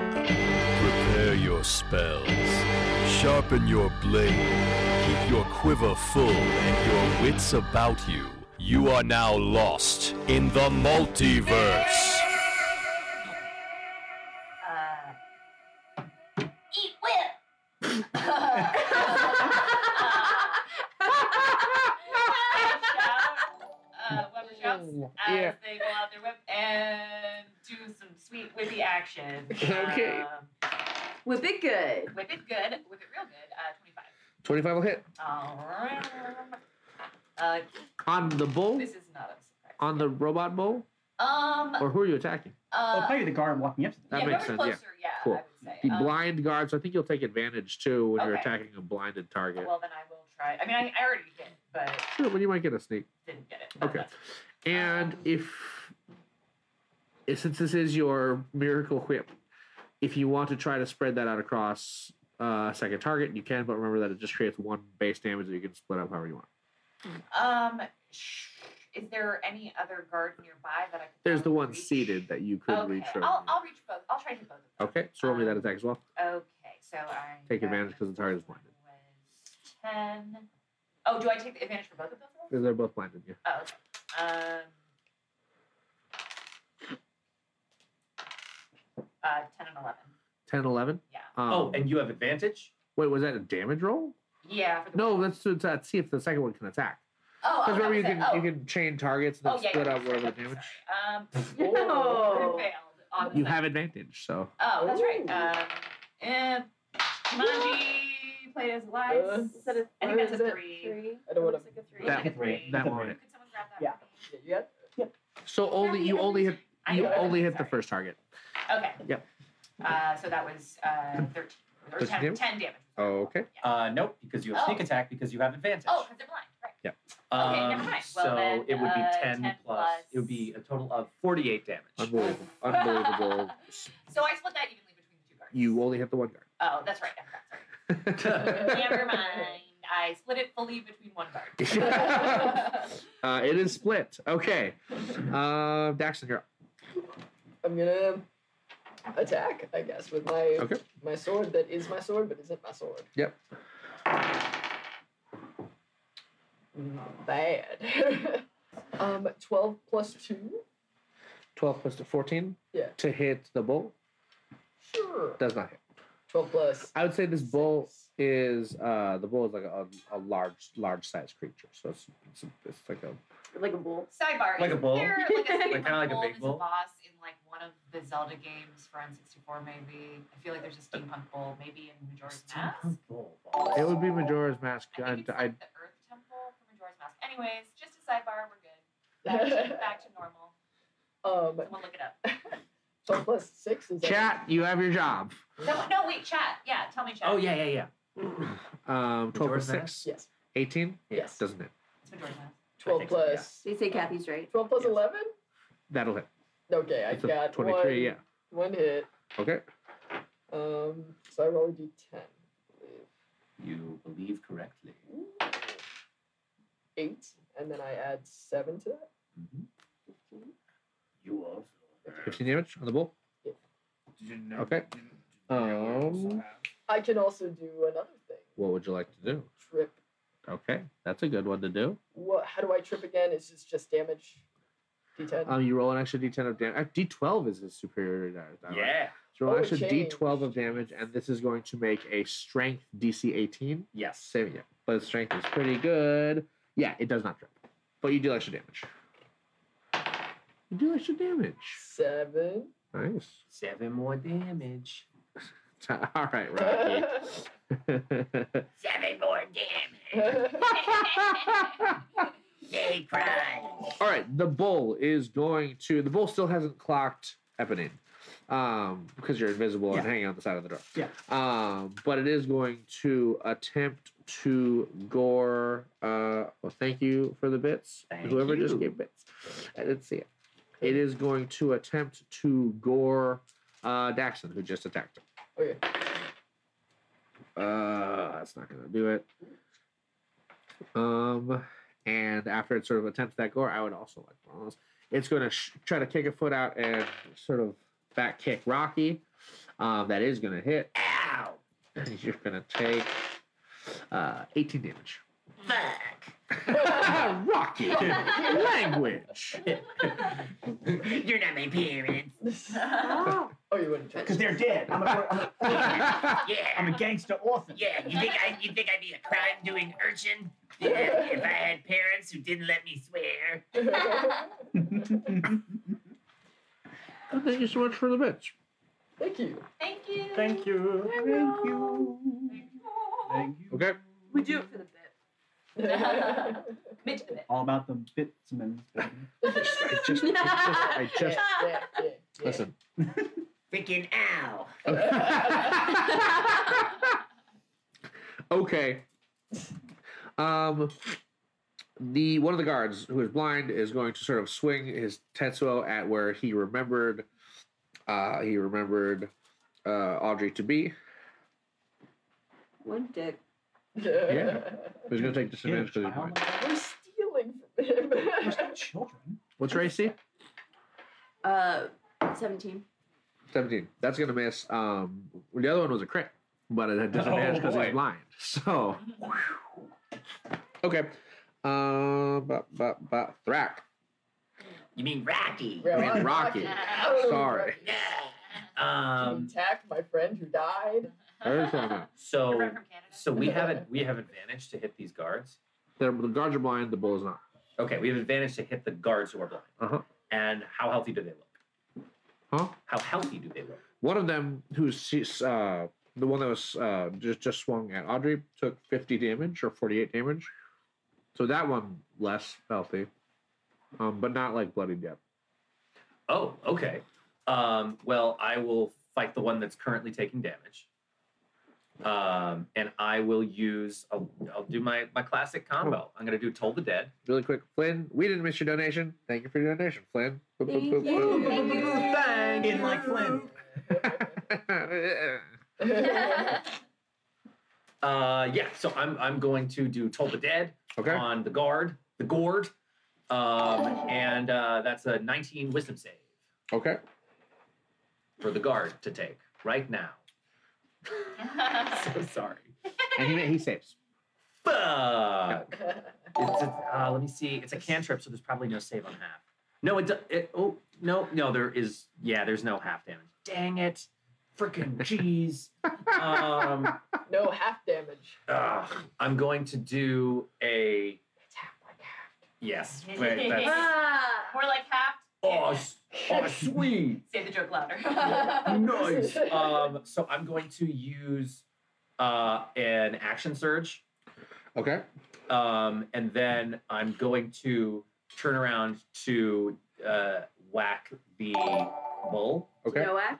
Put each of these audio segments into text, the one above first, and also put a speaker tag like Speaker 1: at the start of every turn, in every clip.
Speaker 1: Prepare your spells. Sharpen your blade. Keep your quiver full and your wits about you. You are now lost in the multiverse.
Speaker 2: Eat whip.
Speaker 3: uh, Weber shouts as
Speaker 4: Yeah.
Speaker 3: they pull out their whip and do some sweet whippy action.
Speaker 4: Okay.
Speaker 3: Um,
Speaker 5: Whip it good.
Speaker 3: whip it good, whip it real good. Uh, 25.
Speaker 4: 25 will hit.
Speaker 3: All right. Uh,
Speaker 4: On the bull?
Speaker 3: this is not a surprise.
Speaker 4: On the robot bull?
Speaker 3: Um,
Speaker 4: Or who are you attacking?
Speaker 3: uh,
Speaker 6: Well, probably the guard walking up to them.
Speaker 4: that
Speaker 3: yeah,
Speaker 4: makes
Speaker 3: whoever's
Speaker 4: sense, yeah.
Speaker 3: closer, yeah,
Speaker 4: Cool.
Speaker 3: I would say.
Speaker 4: The
Speaker 3: Um,
Speaker 4: blind guards, I think you'll take advantage too when you're
Speaker 3: Okay.
Speaker 4: attacking a blinded target.
Speaker 3: Well, then I will try. I mean, I, I already did, but
Speaker 4: Sure, but you might get a sneak.
Speaker 3: didn't get it.
Speaker 4: Okay. And if, eh, since this is your miracle whip, if you want to try to spread that out across uh, a second target, you can, but remember that it just creates one base damage that you can split up however you want.
Speaker 3: Um, sh- is there any other guard nearby that I could
Speaker 4: There's the one
Speaker 3: reach?
Speaker 4: seated that you could
Speaker 3: okay.
Speaker 4: reach over.
Speaker 3: I'll, I'll reach both. I'll try to do both of them.
Speaker 4: okay, so roll me that attack as well.
Speaker 3: Okay, so I
Speaker 4: Take
Speaker 3: got-
Speaker 4: advantage 'cause the target is blinded.
Speaker 3: Was ten. Oh, do I take the advantage for both of those? rolls?
Speaker 4: 'Cause They're both blinded, yeah.
Speaker 3: Oh, okay. um, uh, ten and eleven.
Speaker 4: 10, 11.
Speaker 3: Yeah.
Speaker 4: Um,
Speaker 7: oh, and you have advantage?
Speaker 4: wait, was that a damage roll?
Speaker 3: Yeah. For the
Speaker 4: No, let's, do- let's see if the second one can attack.
Speaker 3: Oh, oh,
Speaker 4: Because remember, you
Speaker 3: that
Speaker 4: can,
Speaker 3: was it.
Speaker 4: you can chain targets and
Speaker 3: Oh,
Speaker 4: then
Speaker 3: oh yeah.
Speaker 4: split
Speaker 3: yeah,
Speaker 4: up whatever
Speaker 3: sorry,
Speaker 4: the damage.
Speaker 3: sorry. Um, oh,
Speaker 5: No.
Speaker 3: I failed on the second.
Speaker 4: You have advantage, so.
Speaker 3: Oh, that's
Speaker 5: Ooh.
Speaker 3: right. Um, and Manji played as Elias.
Speaker 5: Is that a-
Speaker 3: I think
Speaker 5: or
Speaker 3: that's
Speaker 5: is
Speaker 3: a
Speaker 5: it
Speaker 3: three.
Speaker 5: It
Speaker 7: I don't
Speaker 5: looks like
Speaker 7: wanna-
Speaker 5: a three.
Speaker 3: Like
Speaker 4: That-
Speaker 3: a three.
Speaker 4: that one.
Speaker 3: Could someone grab that?
Speaker 7: Yeah.
Speaker 3: for me?
Speaker 7: Yeah.
Speaker 4: So only you only hit
Speaker 3: I
Speaker 4: you
Speaker 3: know, okay,
Speaker 4: only hit the
Speaker 3: sorry.
Speaker 4: first target.
Speaker 3: Okay.
Speaker 4: Yep.
Speaker 3: Uh, so that was uh, 13. Or
Speaker 4: Does it
Speaker 3: 10,
Speaker 4: do?
Speaker 3: 10 damage.
Speaker 4: Okay.
Speaker 7: Uh, nope, because you have sneak
Speaker 3: Oh.
Speaker 7: attack because you have advantage.
Speaker 3: Oh, because they're blind. Right. okay, never mind. Well,
Speaker 7: Um, so
Speaker 3: then,
Speaker 7: it would be
Speaker 3: uh, 10
Speaker 7: 10, plus.
Speaker 3: plus-
Speaker 7: It would be a total of 48 damage.
Speaker 4: Unbelievable. Unbelievable.
Speaker 3: So I split that evenly between the two guards.
Speaker 4: You only hit the one
Speaker 3: Oh, that's right. I forgot. Sorry.
Speaker 4: guard.
Speaker 3: Never mind. I split it fully between one guard.
Speaker 4: uh, it is split. Okay. Uh, Daxton, you're up.
Speaker 8: I'm gonna attack, I guess, with my
Speaker 4: Okay.
Speaker 8: my sword that is my sword but isn't my sword.
Speaker 4: Yep.
Speaker 8: Bad. um, twelve plus two.
Speaker 4: 12 plus to 14
Speaker 8: Yeah.
Speaker 4: to hit the bull.
Speaker 8: Sure.
Speaker 4: Does not hit.
Speaker 8: Twelve plus.
Speaker 4: I would say this bull
Speaker 8: six.
Speaker 4: is uh the bull is like a, a large large size creature so it's it's, it's like a
Speaker 5: Like a bull.
Speaker 3: Sidebar.
Speaker 7: Like a
Speaker 3: isn't
Speaker 7: bull?
Speaker 3: There, like a,
Speaker 7: Like, kinda like a
Speaker 3: bull
Speaker 7: big
Speaker 3: is
Speaker 7: bull?
Speaker 3: boss in like one of the Zelda games for N64, maybe. I feel like there's a
Speaker 7: Uh,
Speaker 3: steampunk bull, maybe in Majora's Mask.
Speaker 4: it would be Majora's Mask
Speaker 3: I think
Speaker 4: I,
Speaker 3: it's
Speaker 4: I
Speaker 3: like the Earth Temple from Majora's Mask. Anyways, just a sidebar. We're good. Back to, back to normal.
Speaker 8: um,
Speaker 3: Someone look it up.
Speaker 8: twelve plus six is.
Speaker 4: chat you have your job
Speaker 3: No, no, wait, chat. Yeah, tell me, chat.
Speaker 7: Oh, yeah, yeah, yeah.
Speaker 4: um 12 plus
Speaker 7: Majora's
Speaker 4: 6
Speaker 7: Mask?
Speaker 8: Yes.
Speaker 4: 18
Speaker 8: Yes.
Speaker 4: doesn't it
Speaker 3: It's Majora's Mask.
Speaker 8: Twelve
Speaker 7: think so, yeah.
Speaker 8: plus.
Speaker 5: They say Kathy's right.
Speaker 8: Twelve plus
Speaker 7: Yes.
Speaker 8: eleven.
Speaker 4: that'll hit
Speaker 8: Okay, I
Speaker 4: It's a
Speaker 8: got
Speaker 4: 23
Speaker 8: one,
Speaker 4: yeah
Speaker 8: one hit.
Speaker 4: okay
Speaker 8: Um, so I roll a d10.
Speaker 7: You believe correctly.
Speaker 8: Eight, and then I add seven to that.
Speaker 7: Mhm. You also.
Speaker 4: 15 damage on the bull okay um
Speaker 8: I can also do another thing.
Speaker 4: what would you like to do
Speaker 8: Trip.
Speaker 4: okay that's a good one to do
Speaker 8: What? How do I trip again? Is this just damage? D10.
Speaker 4: um you roll an extra d10 of damage d12 is his superior damage
Speaker 7: Yeah.
Speaker 4: so roll an
Speaker 8: Oh,
Speaker 4: extra
Speaker 8: change.
Speaker 4: d12 of damage and this is going to make a strength dc 18
Speaker 7: Yes.
Speaker 4: Save yeah. But its strength is pretty good. Yeah, it does not drop. But you deal extra damage. You deal extra damage.
Speaker 8: Seven.
Speaker 4: Nice.
Speaker 7: Seven more damage.
Speaker 4: All right, Rocky.
Speaker 3: Seven more damage. They cry.
Speaker 4: All right, the bull is going to. The bull still hasn't clocked Eponine um, because you're invisible and
Speaker 7: Yeah.
Speaker 4: hanging on the side of the door.
Speaker 7: Yeah.
Speaker 4: Um, but it is going to attempt to gore. Uh, well, thank you for the bits.
Speaker 7: Thank
Speaker 4: Whoever just
Speaker 7: you.
Speaker 4: gave bits. I didn't see it. It is going to attempt to gore uh, Daxon, who just attacked him.
Speaker 8: okay.
Speaker 4: Uh, that's not gonna do it. Um, and after it sort of attempts that gore, I would also like one of those. It's gonna sh- try to kick a foot out and sort of back kick Rocky. Um, that is going to hit.
Speaker 7: Ow!
Speaker 4: And he's just going to take uh, 18 damage. Rocky! Language!
Speaker 7: You're not my parents.
Speaker 5: Oh.
Speaker 8: Oh, you wouldn't touch.
Speaker 2: Because they're dead. I'm a, I'm, a,
Speaker 6: Yeah,
Speaker 2: I'm a gangster orphan.
Speaker 6: yeah. You think I you think I'd be a crime doing urchin? Yeah, if I had parents who didn't let me swear.
Speaker 4: Oh, Thank you so much for the bits.
Speaker 8: Thank you.
Speaker 3: Thank you.
Speaker 2: Thank you. Thank you. Thank you.
Speaker 4: Okay.
Speaker 5: We do it for the bit.
Speaker 3: Mitch the bit.
Speaker 2: All about the bitsmans. baby.
Speaker 4: I just, I just, I
Speaker 8: Yeah, yeah,
Speaker 4: just listen.
Speaker 6: Freaking ow!
Speaker 4: okay. Um, the one of the guards who is blind is going to sort of swing his tetsuo at where he remembered, uh, he remembered uh, Audrey to be.
Speaker 5: One dick.
Speaker 8: yeah.
Speaker 4: Yeah. He's going to take
Speaker 2: Yeah,
Speaker 4: disadvantage because he's blind.
Speaker 2: child.
Speaker 8: We're stealing from him.
Speaker 2: We're still children.
Speaker 4: What's your AC?
Speaker 5: Uh, 17.
Speaker 4: Seventeen. That's going to miss. Um, the other one was a crit, but it had disadvantage because
Speaker 2: Oh, boy.
Speaker 4: he's blind. So, okay. Uh, but but but Thrak.
Speaker 6: You mean Rocky?
Speaker 8: We're
Speaker 4: I mean,
Speaker 8: on
Speaker 4: Rocky.
Speaker 8: Rocky.
Speaker 4: Sorry.
Speaker 6: Yeah.
Speaker 8: Rocky.
Speaker 7: Um.
Speaker 8: Attack my friend who died.
Speaker 4: There's one out.
Speaker 3: Your
Speaker 7: So
Speaker 3: friend from Canada?
Speaker 7: so we have ad- we have advantage to hit these guards.
Speaker 4: They're- The guards are blind. The bull is not.
Speaker 7: Okay, we have advantage to hit the guards who are blind.
Speaker 4: Uh-huh.
Speaker 7: And how healthy do they look?
Speaker 4: Huh?
Speaker 7: How healthy do they look?
Speaker 4: One of them, who's she's, uh, the one that was uh, just just swung at Audrey, took 50 damage or 48 damage. So that one less healthy, um, but not like bloodied yet.
Speaker 7: Oh, okay. Um, well, I will fight the one that's currently taking damage. Um, and I will use, I'll, I'll do my, my classic combo. I'm going to do Toll the Dead.
Speaker 4: Really quick, Flynn, we didn't miss your donation. Thank you for your donation, Flynn. Boop, boop,
Speaker 5: Thank
Speaker 4: boop,
Speaker 5: you.
Speaker 4: boop.
Speaker 5: Thank you.
Speaker 2: In like Flynn.
Speaker 7: Uh, yeah, so I'm, I'm going to do Toll the Dead
Speaker 4: okay.
Speaker 7: on the guard, the gourd. Um, and uh, that's a 19 wisdom save
Speaker 4: Okay.
Speaker 7: for the guard to take right now.
Speaker 3: That's
Speaker 7: So sorry.
Speaker 4: And he, he saves.
Speaker 7: Fuck. It's a, uh, let me see. It's a cantrip, so there's probably no save on half. No, it, do, it. Oh no, no, there is. Yeah, there's no half damage. Dang it! Freaking jeez. um,
Speaker 8: no half damage.
Speaker 7: ugh. I'm going to do a.
Speaker 8: Attack like half.
Speaker 7: Yes. Wait, that's,
Speaker 5: Ah!
Speaker 3: More like half.
Speaker 7: oh, s- oh, sweet.
Speaker 3: Say the joke louder.
Speaker 7: Nice. Um, so I'm going to use uh, an action surge.
Speaker 4: Okay.
Speaker 7: Um, and then I'm going to turn around to uh, whack the bull.
Speaker 4: Okay.
Speaker 5: Noack.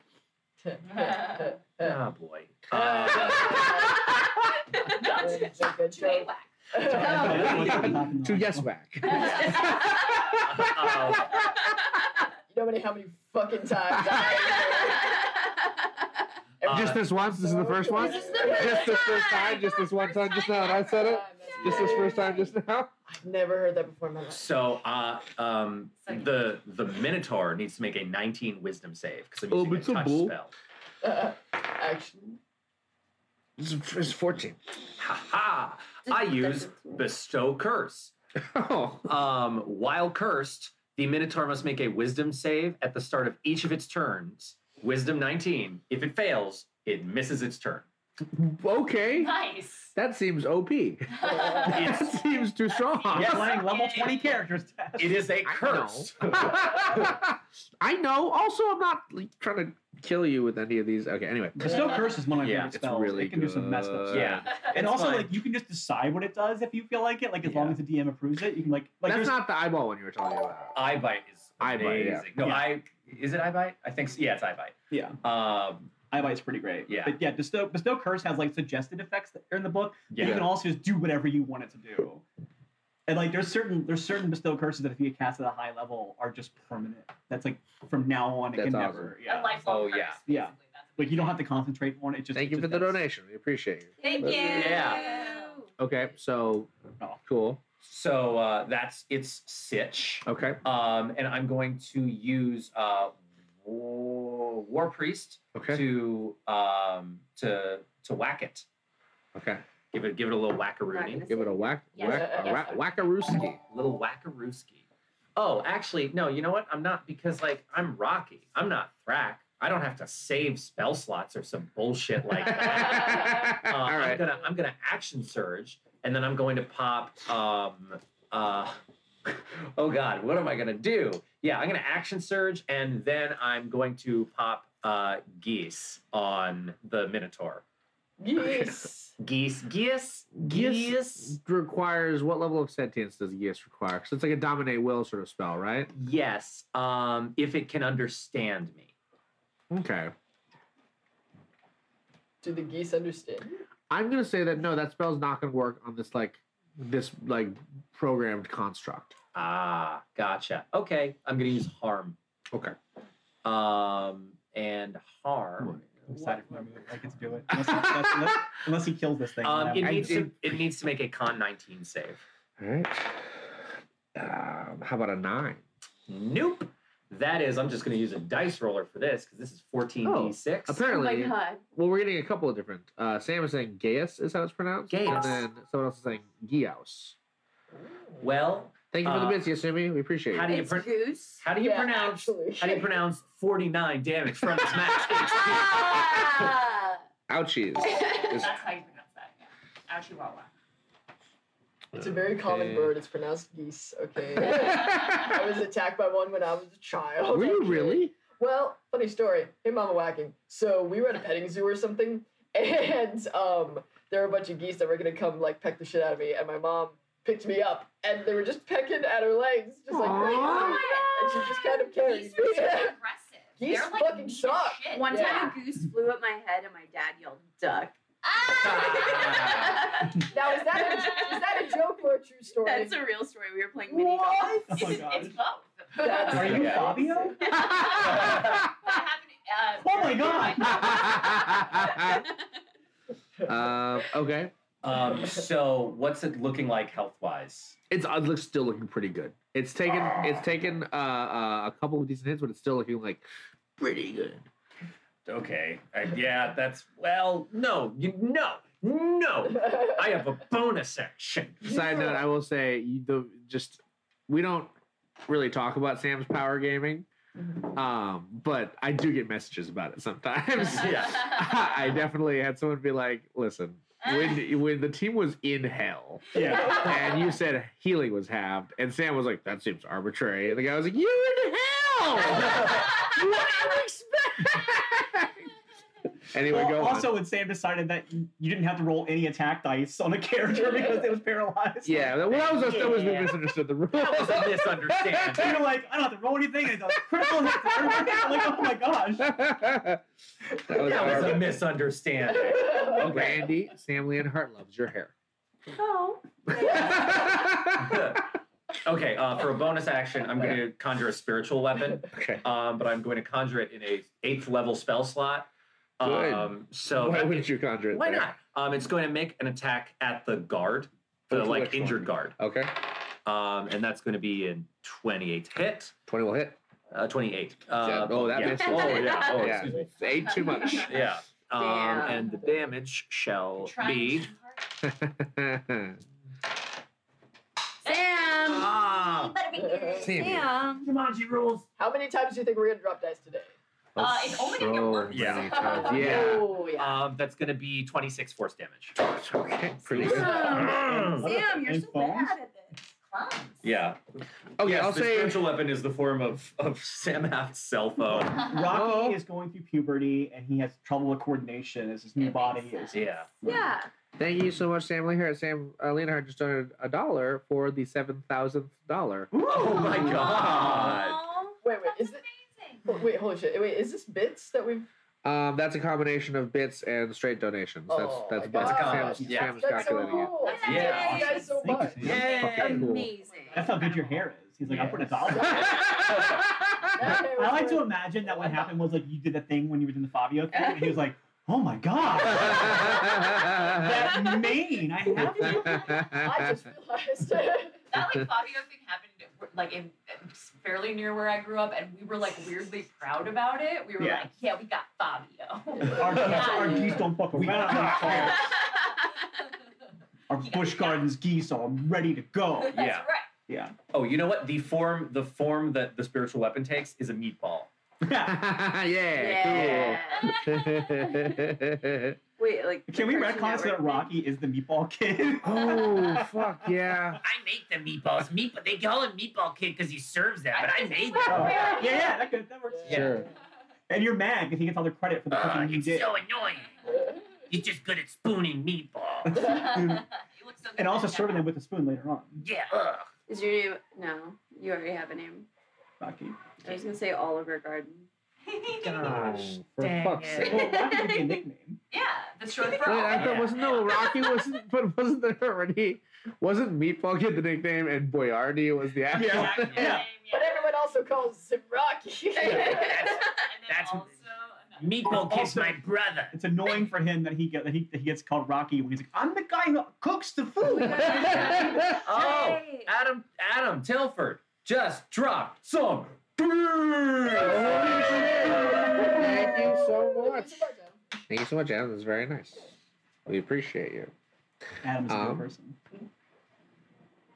Speaker 7: Oh boy. Uh,
Speaker 8: That's a good
Speaker 3: Two eight
Speaker 8: joke.
Speaker 3: whack.
Speaker 8: Oh,
Speaker 4: Two yes back.
Speaker 7: um,
Speaker 8: You know how many fucking times I
Speaker 7: Uh,
Speaker 4: just this once. This is the first one.
Speaker 8: This is the first
Speaker 4: Just this first time. Just this one time. Just now. And I said it. Just this first time. Just now.
Speaker 8: I've never heard that before in my life.
Speaker 7: so uh, um,
Speaker 3: Second.
Speaker 7: the the minotaur needs to make a 19 wisdom save because I'm
Speaker 4: Oh,
Speaker 7: using
Speaker 4: but
Speaker 7: a
Speaker 4: it's a
Speaker 7: touch
Speaker 4: bull.
Speaker 7: spell.
Speaker 8: Uh, action.
Speaker 4: It's, it's 14.
Speaker 7: Ha ha! I use bestow curse.
Speaker 4: Oh.
Speaker 7: Um, while cursed, the minotaur must make a wisdom save at the start of each of its turns. Wisdom 19. If it fails, it misses its turn.
Speaker 4: Okay.
Speaker 3: Nice.
Speaker 4: That seems OP. that
Speaker 7: It's-
Speaker 4: seems too strong.
Speaker 7: Yes.
Speaker 2: Playing level 20 characters test.
Speaker 7: It is a
Speaker 4: I
Speaker 7: curse.
Speaker 4: know. I know. Also, I'm not like, trying to kill you with any of these. Okay, anyway.
Speaker 2: But still curse is one of my
Speaker 7: Yeah,
Speaker 2: favorite
Speaker 4: it's
Speaker 2: spells.
Speaker 4: really
Speaker 2: it can do some messed up
Speaker 4: good.
Speaker 2: stuff.
Speaker 7: yeah.
Speaker 2: And also,
Speaker 7: fine.
Speaker 2: like, you can just decide what it does if you feel like it. Like, as long
Speaker 7: Yeah.
Speaker 2: as the DM approves it, you can, like, like
Speaker 4: That's
Speaker 2: there's-
Speaker 4: not the eyeball one you were talking about.
Speaker 7: Eye bite is
Speaker 4: Eye bite, yeah.
Speaker 7: amazing. No,
Speaker 2: Yeah.
Speaker 7: I is it eye bite? I think so. yeah, it's eye bite.
Speaker 2: yeah.
Speaker 7: Um,
Speaker 2: I Bite's pretty great.
Speaker 7: Yeah.
Speaker 2: But yeah, Bestow, Bestow Curse has like suggested effects that are in the book. but You
Speaker 7: yeah,
Speaker 2: can also just do whatever you want it to do. And like there's certain there's certain bestow curses that if you cast at a high level are just permanent. That's like from now on it
Speaker 4: That's
Speaker 2: can
Speaker 4: awesome.
Speaker 2: never
Speaker 3: A
Speaker 2: yeah.
Speaker 3: lifelong
Speaker 7: Oh,
Speaker 3: curse,
Speaker 7: yeah.
Speaker 2: Yeah.
Speaker 3: basically. That's
Speaker 2: Like you don't have to concentrate on it. It's just
Speaker 4: Thank
Speaker 2: it
Speaker 4: you for
Speaker 2: just
Speaker 4: the
Speaker 2: does.
Speaker 4: donation. We appreciate you.
Speaker 5: Thank you.
Speaker 7: Yeah.
Speaker 4: Okay, so
Speaker 2: Oh.
Speaker 4: cool.
Speaker 7: So uh, that's it's sitch.
Speaker 4: Okay.
Speaker 7: Um, and I'm going to use uh, war, war priest
Speaker 4: Okay.
Speaker 7: to um to to whack it.
Speaker 4: Okay.
Speaker 7: Give it give it a little whackaroonie.
Speaker 4: Give it a whack,
Speaker 5: Yes.
Speaker 4: whack, a
Speaker 5: Yes.
Speaker 4: whack, whackarooski.
Speaker 7: little wackarooski. Oh, actually, no, you know what? I'm not because like I'm Rocky. I'm not Thrack. I don't have to save spell slots or some bullshit like that. Uh,
Speaker 4: All
Speaker 7: I'm
Speaker 4: right.
Speaker 7: gonna I'm gonna action surge and then I'm going to pop um uh oh god, what am I gonna do? Yeah, I'm gonna action surge and then I'm going to pop uh geese on the Minotaur.
Speaker 8: Yes.
Speaker 7: Geese, geese,
Speaker 4: Geese.
Speaker 7: geese.
Speaker 4: Requires what level of sentience does yes require? So it's like a dominate will sort of spell, right?
Speaker 7: Yes, um, if it can understand me.
Speaker 4: Okay.
Speaker 8: Do the geese understand?
Speaker 4: I'm gonna say that no, that spell's not gonna work on this like this like programmed construct.
Speaker 7: Ah, gotcha. Okay, I'm gonna use harm.
Speaker 4: Okay.
Speaker 7: Um, and harm.
Speaker 2: I'm excited for my move. I get to do it. Unless he, unless, unless, unless he kills this thing.
Speaker 7: Um, it
Speaker 2: then I'm-
Speaker 7: needs to
Speaker 4: did-
Speaker 7: it needs to make a con 19 save.
Speaker 4: All right. Um, how about a nine?
Speaker 7: Nope. That is, I'm just gonna use a dice roller for this because this is 14d6.
Speaker 5: Oh my
Speaker 4: Apparently,
Speaker 5: god.
Speaker 4: well, we're getting a couple of different. Uh, Sam is saying Gaius is how it's pronounced, and
Speaker 7: Gaius.
Speaker 4: then someone else is saying Gios.
Speaker 7: well,
Speaker 4: Thank you for
Speaker 7: Uh,
Speaker 4: the bits, Yasumi. We appreciate
Speaker 7: how
Speaker 4: it.
Speaker 7: do you
Speaker 5: It's
Speaker 7: pro-
Speaker 5: goose.
Speaker 7: how do you
Speaker 8: Yeah,
Speaker 7: pronounce
Speaker 8: actually.
Speaker 7: how do you pronounce 49 damage from this match?
Speaker 5: Ah!
Speaker 4: Ouchies.
Speaker 3: That's how you pronounce that. Yeah. Ouchie Wawa.
Speaker 8: It's a very common
Speaker 4: Okay.
Speaker 8: bird. It's pronounced geese. Okay. I was attacked by one when I was a child.
Speaker 4: Were you
Speaker 8: okay?
Speaker 4: really?
Speaker 8: Well, funny story. Hey, Mama Whacking. So we were at a petting zoo or something, and um, there were a bunch of geese that were gonna come like peck the shit out of me, and my mom picked me up, and they were just pecking at her legs, just like
Speaker 4: Aw.
Speaker 8: crazy.
Speaker 4: Oh
Speaker 8: and she just kind of carried me.
Speaker 3: Geese are super aggressive.
Speaker 8: Geese
Speaker 3: They're like
Speaker 8: fucking
Speaker 3: mean as
Speaker 8: suck.
Speaker 3: shit.
Speaker 5: One
Speaker 8: Yeah.
Speaker 5: time a goose flew at my head and my dad yelled, duck.
Speaker 7: Ah.
Speaker 8: now is that a, is that a joke or a true story?
Speaker 5: That's a real story. We were playing mini golf.
Speaker 8: What?
Speaker 3: It's,
Speaker 2: Oh my
Speaker 3: it's, it's both.
Speaker 8: That's okay.
Speaker 2: God. Are you Fabio?
Speaker 3: That happened, uh,
Speaker 2: Oh my God.
Speaker 4: um, okay.
Speaker 7: um, so what's it looking like health wise?
Speaker 4: It's uh, looks still looking pretty good. It's taken it's taken uh, uh, a couple of decent hits, but it's still looking like pretty good.
Speaker 7: Okay. I, yeah, that's well, no, you no, no. I have a bonus action.
Speaker 4: Side note: I will say you, the just we don't really talk about Sam's power gaming, um, but I do get messages about it sometimes. I definitely had someone be like, "Listen, when when the team was in hell,
Speaker 2: Yeah.
Speaker 4: and you said healing was halved, and Sam was like, that seems arbitrary," and the guy was like, "You're in hell. what do you expect?" anyway,
Speaker 2: Well,
Speaker 4: go on.
Speaker 2: also, when Sam decided that you you didn't have to roll any attack dice on the character because it was paralyzed.
Speaker 4: Yeah, that well, that was us. That was we
Speaker 7: Yeah.
Speaker 4: misunderstood the rules.
Speaker 7: That was a misunderstanding.
Speaker 2: So you're like, I don't have to roll anything. It's a critical hit for everybody. I'm like, oh my gosh.
Speaker 4: that was
Speaker 7: That was
Speaker 4: our-
Speaker 7: a misunderstanding.
Speaker 4: Randy, Sam Lee, and Hart loves your hair.
Speaker 5: Oh.
Speaker 7: okay, uh, for a bonus action, I'm going to conjure a spiritual weapon,
Speaker 4: okay.
Speaker 7: um, but I'm going to conjure it in a eighth level spell slot.
Speaker 4: Good.
Speaker 7: Um, so
Speaker 4: Why wouldn't you conjure it?
Speaker 7: Why
Speaker 4: there?
Speaker 7: not? Um, it's going to make an attack at the guard, the
Speaker 4: Which-
Speaker 7: like
Speaker 4: which one?
Speaker 7: injured guard,
Speaker 4: Okay.
Speaker 7: um, and that's going to be in 28 hit.
Speaker 4: Twenty will hit.
Speaker 7: Uh, 28. Uh,
Speaker 4: Yeah. Oh, that
Speaker 7: yeah.
Speaker 4: misses.
Speaker 7: Oh, yeah. Oh,
Speaker 4: Yeah.
Speaker 7: excuse me.
Speaker 4: It's Eight too much.
Speaker 7: Yeah. Um,
Speaker 5: Damn.
Speaker 7: and the damage shall be.
Speaker 3: Uh,
Speaker 5: Sam.
Speaker 7: Ah!
Speaker 4: Sam.
Speaker 5: Sam.
Speaker 7: Jumanji rules.
Speaker 8: How many times do you think we're gonna drop dice today?
Speaker 3: Uh, it's only gonna get worse.
Speaker 4: Yeah.
Speaker 7: Yeah.
Speaker 4: yeah.
Speaker 8: Oh yeah.
Speaker 7: Um, that's going to be 26 force damage.
Speaker 4: Okay. Pretty good.
Speaker 5: Sam.
Speaker 2: What
Speaker 5: Sam,
Speaker 2: the-
Speaker 5: you're
Speaker 2: and
Speaker 5: so
Speaker 2: bones?
Speaker 5: bad at this.
Speaker 3: Clowns.
Speaker 7: Yeah.
Speaker 4: Okay.
Speaker 7: yes,
Speaker 4: Oh, I'll
Speaker 7: the
Speaker 4: say.
Speaker 7: spiritual weapon is the form of of Sam Haft's cell phone.
Speaker 2: Rocky
Speaker 4: Oh.
Speaker 2: is going through puberty and he has trouble with coordination as his new
Speaker 3: That
Speaker 2: body
Speaker 3: makes
Speaker 2: is.
Speaker 3: sense.
Speaker 7: Yeah.
Speaker 5: Yeah.
Speaker 4: Thank you so much, Sam Lee. Here, Sam uh, Leonhardt just donated a dollar for the seven thousandth dollar.
Speaker 7: Oh my god.
Speaker 5: Aw.
Speaker 8: Wait, wait.
Speaker 3: That's
Speaker 8: Is
Speaker 3: amazing.
Speaker 8: it? Wait, holy shit. Wait, is this bits that we've?
Speaker 4: Um, that's a combination of bits and straight donations. That's
Speaker 8: Oh,
Speaker 4: that's
Speaker 8: my
Speaker 4: both.
Speaker 7: gosh.
Speaker 4: Sam's,
Speaker 7: Yeah.
Speaker 4: Sam's
Speaker 8: That's so
Speaker 4: calculating it.
Speaker 8: cool.
Speaker 3: That's
Speaker 7: Yeah.
Speaker 8: Thank you guys so
Speaker 2: Thank you,
Speaker 8: much.
Speaker 2: Sam.
Speaker 4: Fucking cool.
Speaker 5: Amazing.
Speaker 2: That's how big your hair is. He's like, I'll put a dollar.
Speaker 8: Yes. That hair
Speaker 2: I
Speaker 8: was
Speaker 2: like to
Speaker 8: really-
Speaker 2: imagine that what happened was like you did the thing when you were doing the Fabio thing, and he was like, "Oh my god, that mane! I have it."
Speaker 8: I just realized.
Speaker 3: That like Fabio thing happened like in fairly near where I grew up, and we were like weirdly proud about it. We were
Speaker 2: Yeah.
Speaker 3: like, yeah, we got Fabio.
Speaker 2: Our, geese- our geese don't fuck around. Carl. Our
Speaker 3: Yeah.
Speaker 2: bush gardens geese are ready to go.
Speaker 3: That's
Speaker 7: Yeah.
Speaker 3: right.
Speaker 2: Yeah.
Speaker 7: Oh, you know what? The form the form that the spiritual weapon takes is a meatball.
Speaker 4: yeah,
Speaker 5: Yeah.
Speaker 4: cool.
Speaker 5: Wait, like. the
Speaker 2: Can we
Speaker 5: person
Speaker 2: retcon so
Speaker 5: wrote
Speaker 2: that Rocky is the meatball kid?
Speaker 4: oh fuck yeah.
Speaker 6: I make the meatballs. Meatball. They call him Meatball Kid because he serves them, but I made them.
Speaker 2: Oh, yeah, yeah, that, could, that works.
Speaker 4: Sure.
Speaker 2: And you're mad because he gets all the
Speaker 7: Ah,
Speaker 2: credit for the
Speaker 6: Ugh,
Speaker 2: cooking you
Speaker 6: it's
Speaker 2: did.
Speaker 6: Ah, so annoying. He's just good at spooning meatballs.
Speaker 3: You look so good
Speaker 2: And also
Speaker 3: in that.
Speaker 2: serving them with a spoon later on.
Speaker 6: Yeah. Ugh.
Speaker 5: it. Is your name. No, you already have a name.
Speaker 2: Rocky.
Speaker 5: I was going to say Oliver Garden.
Speaker 4: Gosh, Oh, for
Speaker 6: Dang
Speaker 4: fuck's
Speaker 6: it.
Speaker 4: sake.
Speaker 2: Well, Rocky could be a nickname.
Speaker 3: yeah, that's short for
Speaker 4: Wait,
Speaker 3: all.
Speaker 4: I thought
Speaker 6: Yeah.
Speaker 4: wasn't no Rocky wasn't, but wasn't there already? Wasn't Meatball Kid the nickname and Boyardi was the actual?
Speaker 2: Yeah.
Speaker 3: Exact
Speaker 2: Yeah.
Speaker 3: name,
Speaker 8: But everyone also calls him Rocky.
Speaker 6: That's,
Speaker 3: And then
Speaker 6: That's-
Speaker 3: also another-
Speaker 6: meatball Kid's
Speaker 2: Also-
Speaker 6: my brother.
Speaker 2: It's annoying for him that he get that he, that he gets called Rocky when he's like, I'm the guy who cooks the food.
Speaker 7: Oh,
Speaker 3: Hey.
Speaker 7: Adam Adam Tilford just dropped some. beer.
Speaker 4: Thank you so much.
Speaker 8: He's a bartender.
Speaker 4: Thank you so much, Adam. That's very nice. We appreciate you.
Speaker 2: Adam's a good
Speaker 4: Um,
Speaker 2: person.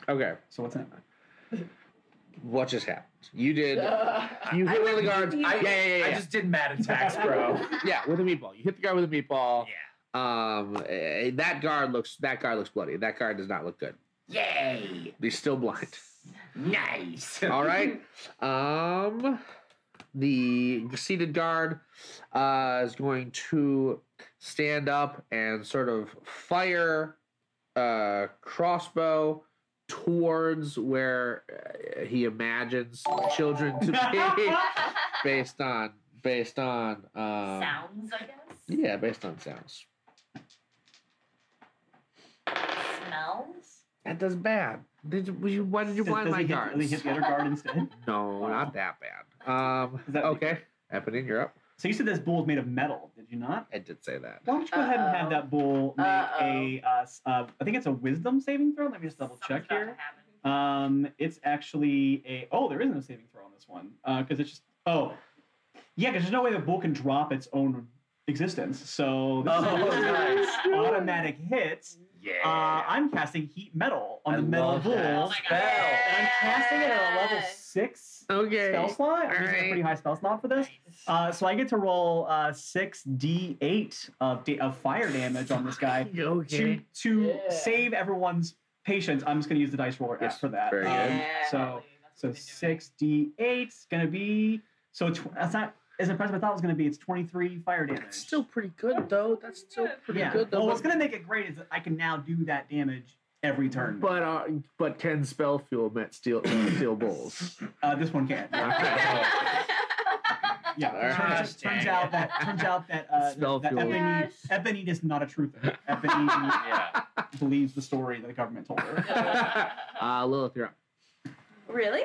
Speaker 4: Okay,
Speaker 2: So what's that?
Speaker 4: what just happened? You did.
Speaker 8: Uh,
Speaker 4: You hit one of the guards.
Speaker 7: I,
Speaker 4: yeah, yeah, yeah,
Speaker 7: I
Speaker 4: yeah.
Speaker 7: just did mad attacks, bro.
Speaker 4: yeah, with a meatball. You hit the guard with a meatball.
Speaker 6: Yeah.
Speaker 4: Um, eh, that guard looks. That guard looks bloody. That guard does not look good.
Speaker 6: Yay.
Speaker 4: He's still blind.
Speaker 6: Nice.
Speaker 2: Uh,
Speaker 4: All right. Um, the seated guard uh, is going to stand up and sort of fire uh, crossbow towards where uh, he imagines children to be based on based on um,
Speaker 3: Sounds, I guess.
Speaker 4: Yeah, based on sounds.
Speaker 3: Smells.
Speaker 4: That does bad. Did you, you- why did you
Speaker 2: Does-
Speaker 4: blind
Speaker 2: does
Speaker 4: my
Speaker 2: he hit- Does he
Speaker 4: guards?
Speaker 2: hit the other guard instead?
Speaker 4: No, not that bad. Um,
Speaker 2: Does that make
Speaker 4: okay, Eponine, you're up.
Speaker 2: So you said this bull is made of metal, did you not?
Speaker 4: I did say that.
Speaker 2: Why don't you go ahead and have
Speaker 5: Uh-oh.
Speaker 2: that bull make a, uh, s- uh, I think it's a wisdom saving throw. Let me just double check
Speaker 3: Something's about to
Speaker 2: here.
Speaker 3: happen.
Speaker 2: Um, it's actually a, oh, there is no saving throw on this one. Because it's just, oh, yeah, because there's no way the bull can drop its own existence. So this
Speaker 7: Oh,
Speaker 2: is
Speaker 7: nice.
Speaker 2: automatic hits.
Speaker 6: Yeah.
Speaker 2: Uh, I'm casting heat metal on
Speaker 7: I
Speaker 2: the metal
Speaker 7: love
Speaker 2: bull.
Speaker 7: that.
Speaker 3: Oh my god.
Speaker 7: Spell.
Speaker 2: And I'm casting it at a level
Speaker 5: Yeah.
Speaker 2: six
Speaker 4: Okay.
Speaker 2: spell slot. I'm using a
Speaker 4: Alright.
Speaker 2: pretty high spell slot for this. Uh, so I get to roll uh, six d8 of, da- of fire damage on this guy to
Speaker 4: Okay.
Speaker 2: to
Speaker 8: Yeah.
Speaker 2: save everyone's patience. I'm just going to use the dice roller app
Speaker 4: Yes,
Speaker 2: for that.
Speaker 4: very
Speaker 2: Um,
Speaker 4: good.
Speaker 2: So
Speaker 3: That's what
Speaker 2: so
Speaker 3: we've been doing.
Speaker 2: six d8 is going to be so tw- that's not as impressive as I thought it was going to be. It's 23 fire damage.
Speaker 4: That's still pretty good though. That's still pretty
Speaker 2: yeah.
Speaker 4: good
Speaker 2: well,
Speaker 4: though.
Speaker 2: what's going to make it great is that I can now do that damage every turn.
Speaker 4: but uh, but can spell fuel met steel steel bulls?
Speaker 2: uh, this one can't. Yeah,
Speaker 4: Alright.
Speaker 2: turns, turns out that turns out that uh,
Speaker 4: Spell
Speaker 2: that
Speaker 4: fuel.
Speaker 2: Ebony,
Speaker 5: Yes.
Speaker 2: Ebony E is not a truther. Ebony
Speaker 7: Yeah.
Speaker 2: E believes the story that the government told her.
Speaker 4: Uh, Lilith, you're up.
Speaker 5: Really?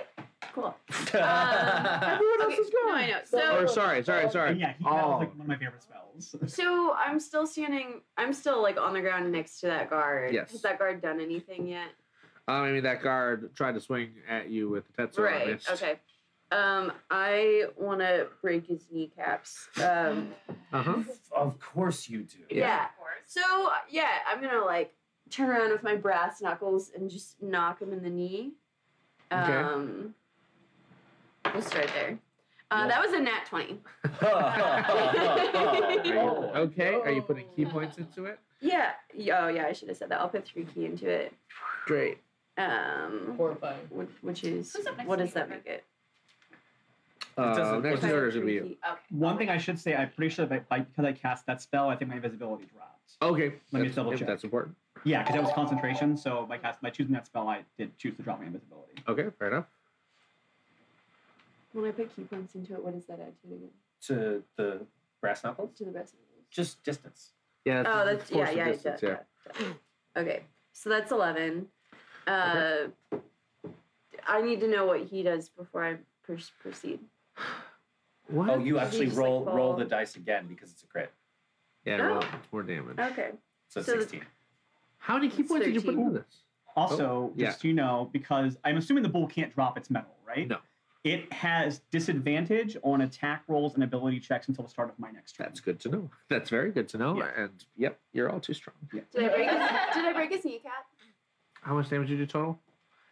Speaker 5: Cool.
Speaker 4: Everyone
Speaker 5: Okay, no, I know. So,
Speaker 4: Or sorry, sorry,
Speaker 2: And
Speaker 4: sorry.
Speaker 2: yeah, he, that was
Speaker 4: Oh,
Speaker 2: like one of my favorite spells.
Speaker 5: so I'm still standing. I'm still like on the ground next to that guard.
Speaker 4: Yes.
Speaker 5: Has that guard done anything yet?
Speaker 4: I mean uh, that guard tried to swing at you with the tetsu. and
Speaker 5: right.
Speaker 4: missed.
Speaker 5: Okay. Um, I want to break his kneecaps. Um,
Speaker 4: Uh huh.
Speaker 7: of course you do.
Speaker 5: yeah.
Speaker 3: Of course.
Speaker 5: So uh, yeah, I'm gonna like turn around with my brass knuckles and just knock him in the knee.
Speaker 4: Okay.
Speaker 5: Um, we'll start there. Uh, That was a nat twenty.
Speaker 4: Okay. Are you putting key points into it?
Speaker 5: Yeah. y- Oh yeah, I should have said that. I'll put three key into it.
Speaker 4: Great.
Speaker 5: Um,
Speaker 8: Horrifying.
Speaker 5: wh- which is
Speaker 3: Who's up next
Speaker 5: what
Speaker 3: to
Speaker 5: does
Speaker 3: me?
Speaker 5: that make it?
Speaker 4: Uh,
Speaker 7: doesn't-
Speaker 4: next in
Speaker 5: If I
Speaker 4: order
Speaker 5: put
Speaker 4: should be
Speaker 5: three
Speaker 4: you.
Speaker 5: key- Okay.
Speaker 2: One thing I should say, I'm pretty sure that by, because I cast that spell, I think my invisibility dropped.
Speaker 4: Okay.
Speaker 2: Let me
Speaker 4: that's-
Speaker 2: double
Speaker 4: if
Speaker 2: check.
Speaker 4: That's important.
Speaker 2: Yeah, because that was concentration. So by cast by choosing that spell, I did choose to drop my invisibility.
Speaker 4: Okay. Fair enough.
Speaker 5: When I put key points into it, what does that add to it again?
Speaker 7: to the brass knuckles?
Speaker 5: To the best. of my knowledge.
Speaker 7: Just distance.
Speaker 4: Yeah.
Speaker 5: Oh,
Speaker 4: it's-
Speaker 5: that's
Speaker 4: it's
Speaker 5: yeah,
Speaker 4: force of
Speaker 5: yeah, it
Speaker 4: distance,
Speaker 5: does, yeah, yeah. Okay, so that's eleven. Uh, I need to know what he does before I pr- proceed.
Speaker 4: What?
Speaker 7: Oh, you
Speaker 5: Did he
Speaker 7: actually
Speaker 5: just,
Speaker 7: roll
Speaker 5: like,
Speaker 7: roll
Speaker 5: fall?
Speaker 7: the dice again because it's a crit.
Speaker 4: Yeah.
Speaker 5: No.
Speaker 4: Roll more damage.
Speaker 5: Oh. Okay.
Speaker 7: So,
Speaker 5: So the-
Speaker 7: 16.
Speaker 4: How many key
Speaker 5: It's
Speaker 4: points did you put
Speaker 5: 13.
Speaker 4: into this?
Speaker 2: Also,
Speaker 4: Oh, yeah.
Speaker 2: just so you know, because I'm assuming the bull can't drop its metal, right?
Speaker 4: No.
Speaker 2: It has disadvantage on attack rolls and ability checks until the start of my next turn.
Speaker 4: That's good to know. That's very good to know.
Speaker 2: Yeah.
Speaker 4: And yep, you're all too strong.
Speaker 5: Did I break his, did I break his kneecap?
Speaker 4: How much damage did you do total?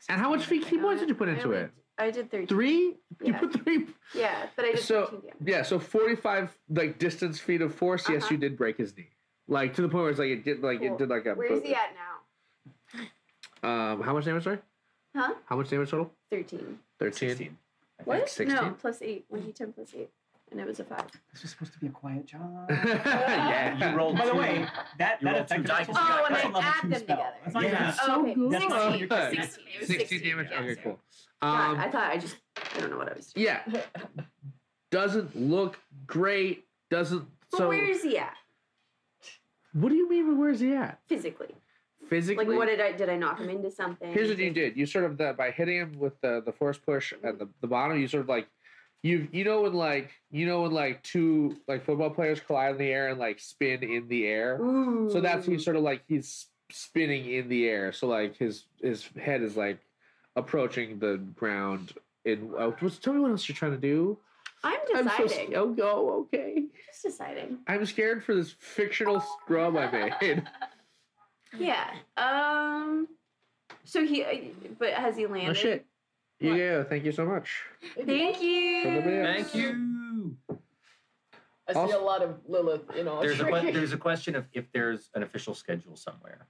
Speaker 4: And how much key points did you put
Speaker 5: I
Speaker 4: into
Speaker 5: only-
Speaker 4: it?
Speaker 5: I did three.
Speaker 4: Three? You
Speaker 5: Yeah.
Speaker 4: put three.
Speaker 5: Yeah, but I did
Speaker 4: So-
Speaker 5: 13 damage.
Speaker 4: Yeah, so 45 like distance feet of force. Yes,
Speaker 5: Uh-huh.
Speaker 4: you did break his knee. Like to the point where it's like it did like
Speaker 5: Cool.
Speaker 4: it did like a.
Speaker 5: Where is he at now?
Speaker 4: Um, how much damage? Sorry.
Speaker 5: Huh?
Speaker 4: How much damage total?
Speaker 5: 13.
Speaker 4: 13.
Speaker 7: 16.
Speaker 5: What? No,
Speaker 4: 16?
Speaker 5: plus 8. 1d10 plus 8. And it was a 5.
Speaker 2: This was supposed to be a quiet job.
Speaker 4: yeah.
Speaker 7: You rolled
Speaker 2: By the
Speaker 7: two.
Speaker 2: way, that
Speaker 7: You
Speaker 2: that
Speaker 7: rolled two
Speaker 2: effect
Speaker 7: dice.
Speaker 2: that's
Speaker 7: Oh,
Speaker 2: also-
Speaker 7: and
Speaker 2: that's
Speaker 7: I
Speaker 2: a level
Speaker 5: add
Speaker 2: two
Speaker 5: them
Speaker 2: spell.
Speaker 5: together.
Speaker 2: That's not even
Speaker 7: Yeah.
Speaker 2: a-
Speaker 5: Oh, okay.
Speaker 9: good.
Speaker 2: That's not even
Speaker 4: Uh,
Speaker 2: your
Speaker 4: 16.
Speaker 9: 16.
Speaker 4: 16 damage.
Speaker 7: yeah.
Speaker 4: Okay, cool.
Speaker 5: God,
Speaker 4: Um,
Speaker 5: I thought I just, I don't know what I was doing.
Speaker 4: yeah. Doesn't look great. Doesn't.
Speaker 5: But
Speaker 4: so,
Speaker 5: where is he at
Speaker 4: what do you mean? but Where's he at?
Speaker 5: physically?
Speaker 4: Physically.
Speaker 5: Like, what did I, did I knock him into something?
Speaker 4: Here's what you did. You sort of the, by hitting him with the the force push at the, the bottom. You sort of like you you know when like you know when like two like football players collide in the air and like spin in the air.
Speaker 5: Ooh.
Speaker 4: So that's he's sort of like he's spinning in the air. So like his his head is like approaching the ground. In uh, what's- tell me what else you're trying to do.
Speaker 5: I'm
Speaker 4: I'm so
Speaker 5: deciding.
Speaker 4: sc- oh go okay.
Speaker 5: just deciding.
Speaker 4: I'm scared for this fictional scrub I made.
Speaker 5: Yeah. Um. So he, but has he landed?
Speaker 4: oh shit.
Speaker 5: What?
Speaker 4: Yeah, thank you so much.
Speaker 5: Thank you.
Speaker 4: For the bit.
Speaker 7: Thank you.
Speaker 8: I see
Speaker 4: Also-
Speaker 8: a lot of Lilith in all
Speaker 7: There's a, que-
Speaker 8: three.
Speaker 7: there's a question of if there's an official schedule somewhere.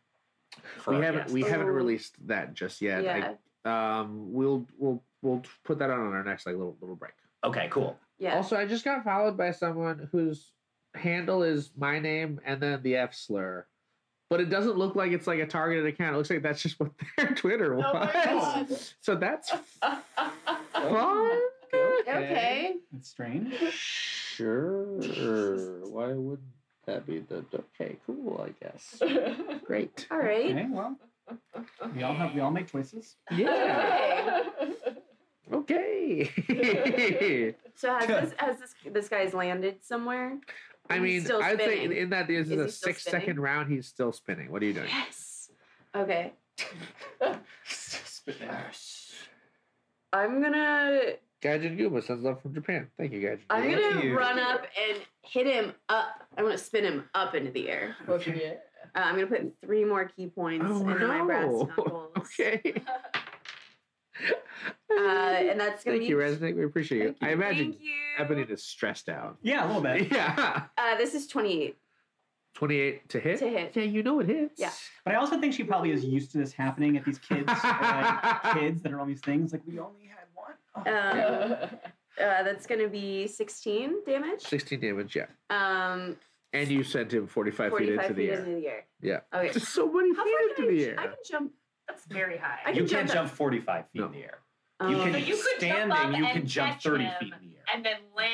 Speaker 7: for
Speaker 4: We
Speaker 7: our
Speaker 4: haven't
Speaker 7: guests.
Speaker 4: we haven't
Speaker 5: Oh.
Speaker 4: released that just yet. I-
Speaker 5: Yeah.
Speaker 4: um, we'll we'll we'll put that on on our next like little little break.
Speaker 7: Okay, cool.
Speaker 5: Yeah.
Speaker 4: Also, I just got followed by someone whose handle is my name and then the F slur, but it doesn't look like it's like a targeted account. It looks like that's just what their Twitter was.
Speaker 8: Oh my God.
Speaker 4: So that's fun.
Speaker 5: Oh, okay.
Speaker 2: That's strange.
Speaker 4: Sure. Why wouldn't that be the okay? Cool. I guess. Great.
Speaker 5: All right.
Speaker 2: Okay, well, we all have we all make choices.
Speaker 4: Yeah. Okay.
Speaker 5: So has this has this this guy's landed somewhere?
Speaker 4: I
Speaker 5: He's
Speaker 4: mean,
Speaker 5: still
Speaker 4: I think in,
Speaker 5: spinning.
Speaker 4: in that this
Speaker 5: Is
Speaker 4: is, a
Speaker 5: he still
Speaker 4: six-second
Speaker 5: spinning?
Speaker 4: round. He's still spinning. What are you doing?
Speaker 5: Yes. Okay.
Speaker 8: Yes.
Speaker 5: I'm gonna
Speaker 4: Gaijin Guma sends love from Japan. Thank you, Gaijin.
Speaker 5: I'm
Speaker 4: Guma.
Speaker 5: gonna
Speaker 2: you.
Speaker 5: run up and hit him up. I'm gonna spin him up into the air.
Speaker 8: Fucking yeah.
Speaker 5: Uh, I'm gonna put three more key points
Speaker 4: Oh,
Speaker 5: into my brass
Speaker 4: no.
Speaker 5: knuckles.
Speaker 4: Okay.
Speaker 5: Uh, and that's gonna
Speaker 4: Thank
Speaker 5: be
Speaker 4: you, Resnick. We appreciate you.
Speaker 5: Thank you.
Speaker 4: I imagine
Speaker 5: Thank you.
Speaker 4: Ebony is stressed out.
Speaker 2: Yeah, a little bit.
Speaker 4: Yeah.
Speaker 5: Uh, this is 28.
Speaker 4: 28 to hit?
Speaker 5: To hit.
Speaker 4: Yeah, you know it hits.
Speaker 5: Yeah.
Speaker 2: But I also think she probably is used to this happening at these kids, like,
Speaker 4: uh,
Speaker 2: kids that are on these things. Like we only had one. Oh.
Speaker 5: Um, uh, that's gonna be 16 damage.
Speaker 4: 16 damage, yeah.
Speaker 5: Um,
Speaker 4: And you sent him 45,
Speaker 5: 45
Speaker 4: feet into
Speaker 5: feet
Speaker 4: the air.
Speaker 5: into the air.
Speaker 4: Yeah.
Speaker 5: Okay.
Speaker 4: Just so many
Speaker 5: How
Speaker 4: feet
Speaker 5: far
Speaker 4: into
Speaker 5: can I,
Speaker 4: the
Speaker 5: ju-
Speaker 4: air.
Speaker 5: I can jump.
Speaker 9: That's very high.
Speaker 5: I can
Speaker 7: You
Speaker 5: jump up-
Speaker 7: can't jump 45 feet
Speaker 4: No.
Speaker 7: in the air. You
Speaker 5: Oh.
Speaker 7: can
Speaker 9: you could
Speaker 7: stand
Speaker 9: jump up
Speaker 7: and you
Speaker 9: and
Speaker 7: can jump
Speaker 9: catch
Speaker 7: 30
Speaker 9: him.
Speaker 7: feet in the air.
Speaker 9: And then land.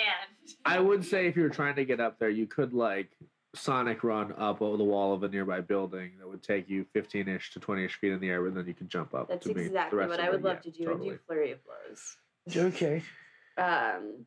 Speaker 4: I would say if you were trying to get up there, you could like Sonic run up over the wall of a nearby building that would take you 15 ish to 20 ish feet in the air, but then you could jump up.
Speaker 5: That's
Speaker 4: to meet the
Speaker 5: exactly
Speaker 4: rest
Speaker 5: what
Speaker 4: of
Speaker 5: I would
Speaker 4: it.
Speaker 5: love to
Speaker 4: Yeah,
Speaker 5: do and do flurry of blows.
Speaker 4: Totally. Okay.
Speaker 5: Um,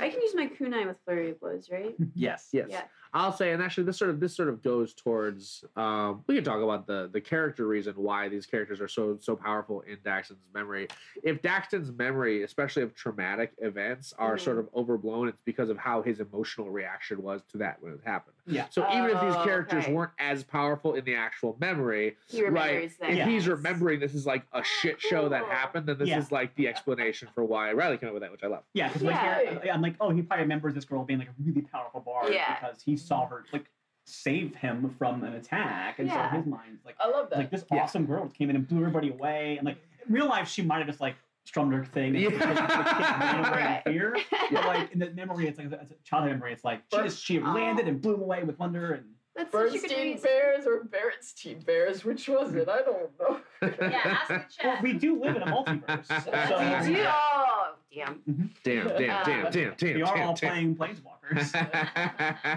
Speaker 5: I can use my kunai with flurry of blows, right?
Speaker 7: Yes.
Speaker 4: Yes.
Speaker 5: Yeah.
Speaker 4: I'll say, and actually, this sort of this sort of goes towards. Um, we can talk about the the character reason why these characters are so so powerful in Daxton's memory. If Daxton's memory, especially of traumatic events, are
Speaker 5: Mhm.
Speaker 4: sort
Speaker 2: Mm-hmm.
Speaker 4: of overblown, it's because of how his emotional reaction was to that when it happened.
Speaker 2: Yeah.
Speaker 4: So even if these
Speaker 5: Oh,
Speaker 4: characters
Speaker 5: okay.
Speaker 4: weren't as powerful in the actual memory,
Speaker 5: He remembers
Speaker 4: right?
Speaker 5: that.
Speaker 4: If he's
Speaker 5: Yes.
Speaker 4: remembering this is like a shit show that
Speaker 5: cool.
Speaker 4: happened, then this
Speaker 2: Yeah.
Speaker 4: is like the explanation for why Riley came up with that, which I love.
Speaker 2: Yeah, because like
Speaker 5: Yeah.
Speaker 2: here, I- I'm like, oh, he probably remembers this girl being like a really powerful bard
Speaker 5: Yeah.
Speaker 2: because he saw her like save him from an attack, and
Speaker 5: Yeah.
Speaker 2: so his mind's like,
Speaker 8: I love that.
Speaker 2: like this
Speaker 4: Yeah.
Speaker 2: awesome girl came in and blew everybody away, and like in real life she might have just like strummed her thing, and
Speaker 4: Yeah.
Speaker 2: the kid ran away
Speaker 5: Right.
Speaker 2: in fear. But like in the memory, it's like it's a childhood memory. It's like she just she landed and blew him away with wonder, and
Speaker 5: That's such a good
Speaker 8: Bernstein
Speaker 5: reason.
Speaker 8: Bears or Berenstein Bears? Which was it? I don't know.
Speaker 9: Yeah, ask the
Speaker 2: well,
Speaker 9: chat.
Speaker 2: we do live in a multiverse,
Speaker 4: Yes,
Speaker 2: so
Speaker 5: You do- Oh, damn.
Speaker 4: Damn, damn, damn,
Speaker 5: Um,
Speaker 4: damn, damn.
Speaker 2: we are
Speaker 4: damn,
Speaker 2: all
Speaker 4: damn.
Speaker 2: playing planeswalkers.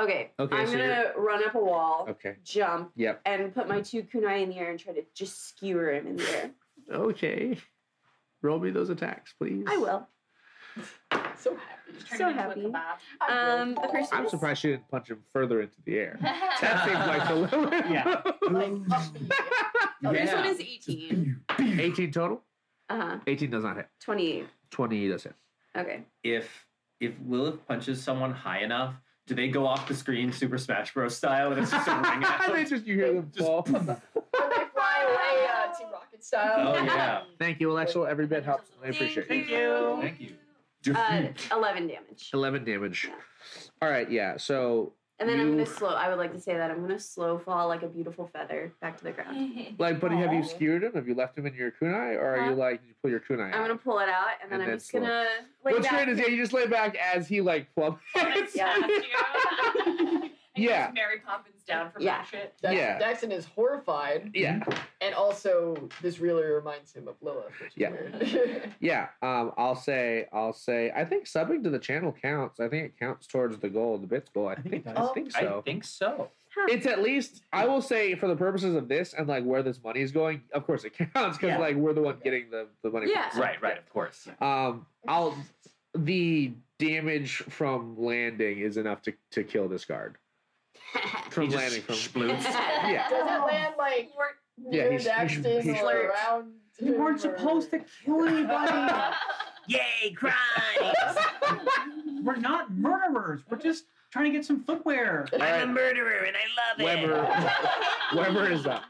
Speaker 5: Okay.
Speaker 4: Okay,
Speaker 5: I'm
Speaker 4: so
Speaker 5: gonna run up a wall,
Speaker 4: okay.
Speaker 5: jump,
Speaker 4: Yep.
Speaker 5: and put my two kunai in the air and try to just skewer him in the air.
Speaker 4: Okay. Roll me those attacks, please.
Speaker 5: I will.
Speaker 8: so happy.
Speaker 9: Just turn
Speaker 5: So
Speaker 9: it into a
Speaker 5: happy.
Speaker 9: kebab.
Speaker 5: Um, the first one
Speaker 4: I'm
Speaker 5: is-
Speaker 4: surprised she didn't punch him further into the air. That seems like the little.
Speaker 2: Yeah.
Speaker 9: Like, fuck me.
Speaker 5: The first
Speaker 7: Yeah.
Speaker 5: one is 18.
Speaker 4: 18 total.
Speaker 5: Uh huh.
Speaker 4: 18 does not hit.
Speaker 5: 28.
Speaker 4: 20 does hit.
Speaker 5: Okay.
Speaker 7: If if Lilith punches someone high enough, do they go off the screen Super Smash Bros. style and it's just a ring at
Speaker 4: they
Speaker 7: them?
Speaker 4: just you hear them
Speaker 7: Just-
Speaker 4: fall.
Speaker 8: When they fly away, uh, Team Rocket style.
Speaker 7: Oh yeah.
Speaker 4: Thank you, Alexa. Every bit helps. I appreciate it.
Speaker 2: Thank you.
Speaker 7: Thank you.
Speaker 5: Uh, 11 damage.
Speaker 4: 11 damage.
Speaker 5: Yeah.
Speaker 4: All right, yeah. So,
Speaker 5: And then I'm
Speaker 4: You-
Speaker 5: gonna slow. I would like to say that I'm gonna slow fall like a beautiful feather back to the ground.
Speaker 4: like, buddy, have you
Speaker 8: Aw.
Speaker 4: skewered him? Have you left him in your kunai? Or are you
Speaker 5: Huh?
Speaker 4: like, did you pull your kunai
Speaker 5: I'm
Speaker 4: out?
Speaker 5: gonna pull it out and then
Speaker 4: And
Speaker 5: I'm
Speaker 4: then
Speaker 5: just
Speaker 4: slow.
Speaker 5: gonna lay
Speaker 4: What's
Speaker 5: back.
Speaker 4: great is, yeah, you just lay back as he, like, plummets. Yeah.
Speaker 3: Mary Poppins down from
Speaker 5: Yeah.
Speaker 3: that shit.
Speaker 8: Dax-
Speaker 4: Yeah.
Speaker 8: Daxon is horrified,
Speaker 4: yeah.
Speaker 8: and also this really reminds him of Lilith. Which is
Speaker 4: Yeah.
Speaker 8: Weird.
Speaker 4: Yeah, um, I'll say, I'll say, I think subbing to the channel counts. I think it counts towards the goal, the bits goal. I,
Speaker 7: think
Speaker 4: think,
Speaker 7: it
Speaker 4: I
Speaker 7: does.
Speaker 4: think
Speaker 7: I
Speaker 4: so.
Speaker 7: think so.
Speaker 4: it's at least, I will say, for the purposes of this and like where this money is going, of course it counts because
Speaker 2: Yeah.
Speaker 4: like we're the one getting the, the money. from
Speaker 5: Yeah.
Speaker 4: the sub.
Speaker 7: Right, right, of course.
Speaker 4: Um, I'll the damage from landing is enough to, to kill this guard from
Speaker 7: He just
Speaker 4: landing from
Speaker 7: sploots.
Speaker 4: yeah.
Speaker 8: Does it land like
Speaker 4: Yeah,
Speaker 8: near
Speaker 4: he's-
Speaker 8: Daxton
Speaker 4: he's- he's-
Speaker 8: or around?
Speaker 2: You weren't supposed to kill anybody.
Speaker 1: Yay, crime!
Speaker 2: We're not murderers. We're just trying to get some footwear.
Speaker 1: I'm
Speaker 4: All
Speaker 1: a
Speaker 4: right,
Speaker 1: murderer and I love
Speaker 4: Weber, Weber is up.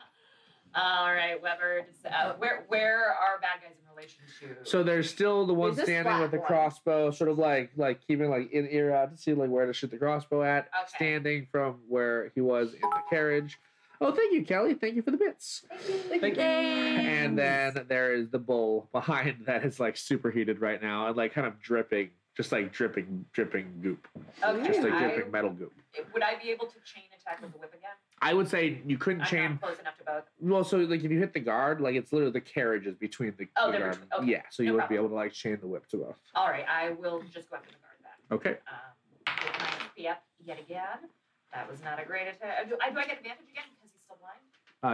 Speaker 3: All right, Weber. just, uh, where where are bad guys in relation to?
Speaker 4: So there's still the one
Speaker 5: There's this
Speaker 4: standing
Speaker 5: black
Speaker 4: with the
Speaker 5: one.
Speaker 4: crossbow, sort of like like keeping like in ear out to see like where to shoot the crossbow at,
Speaker 3: Okay.
Speaker 4: standing from where he was in the carriage. Oh, thank you, Kelly. Thank you for the bits.
Speaker 7: Thank you.
Speaker 4: And then there is the bowl behind that is like superheated right now and like kind of dripping, just like dripping, dripping goop,
Speaker 3: Okay,
Speaker 4: just like
Speaker 3: I-
Speaker 4: dripping metal goop.
Speaker 3: would I be able to chain attack with the whip again?
Speaker 4: I would say you couldn't
Speaker 3: I'm
Speaker 4: chain.
Speaker 3: not close enough to both.
Speaker 4: Well, so like if you hit the guard, like it's literally the carriages between the,
Speaker 3: Oh,
Speaker 4: the
Speaker 3: they're
Speaker 4: guard.
Speaker 3: between- okay.
Speaker 4: Yeah, so you
Speaker 3: No
Speaker 4: wouldn't be
Speaker 3: problem.
Speaker 4: able to like chain the whip to both.
Speaker 3: All right, I will just go after the guard then.
Speaker 4: Okay.
Speaker 3: Um, with my yep, yet again. That was not a great attack. Uh, Do I, do I get advantage again because he's still blind?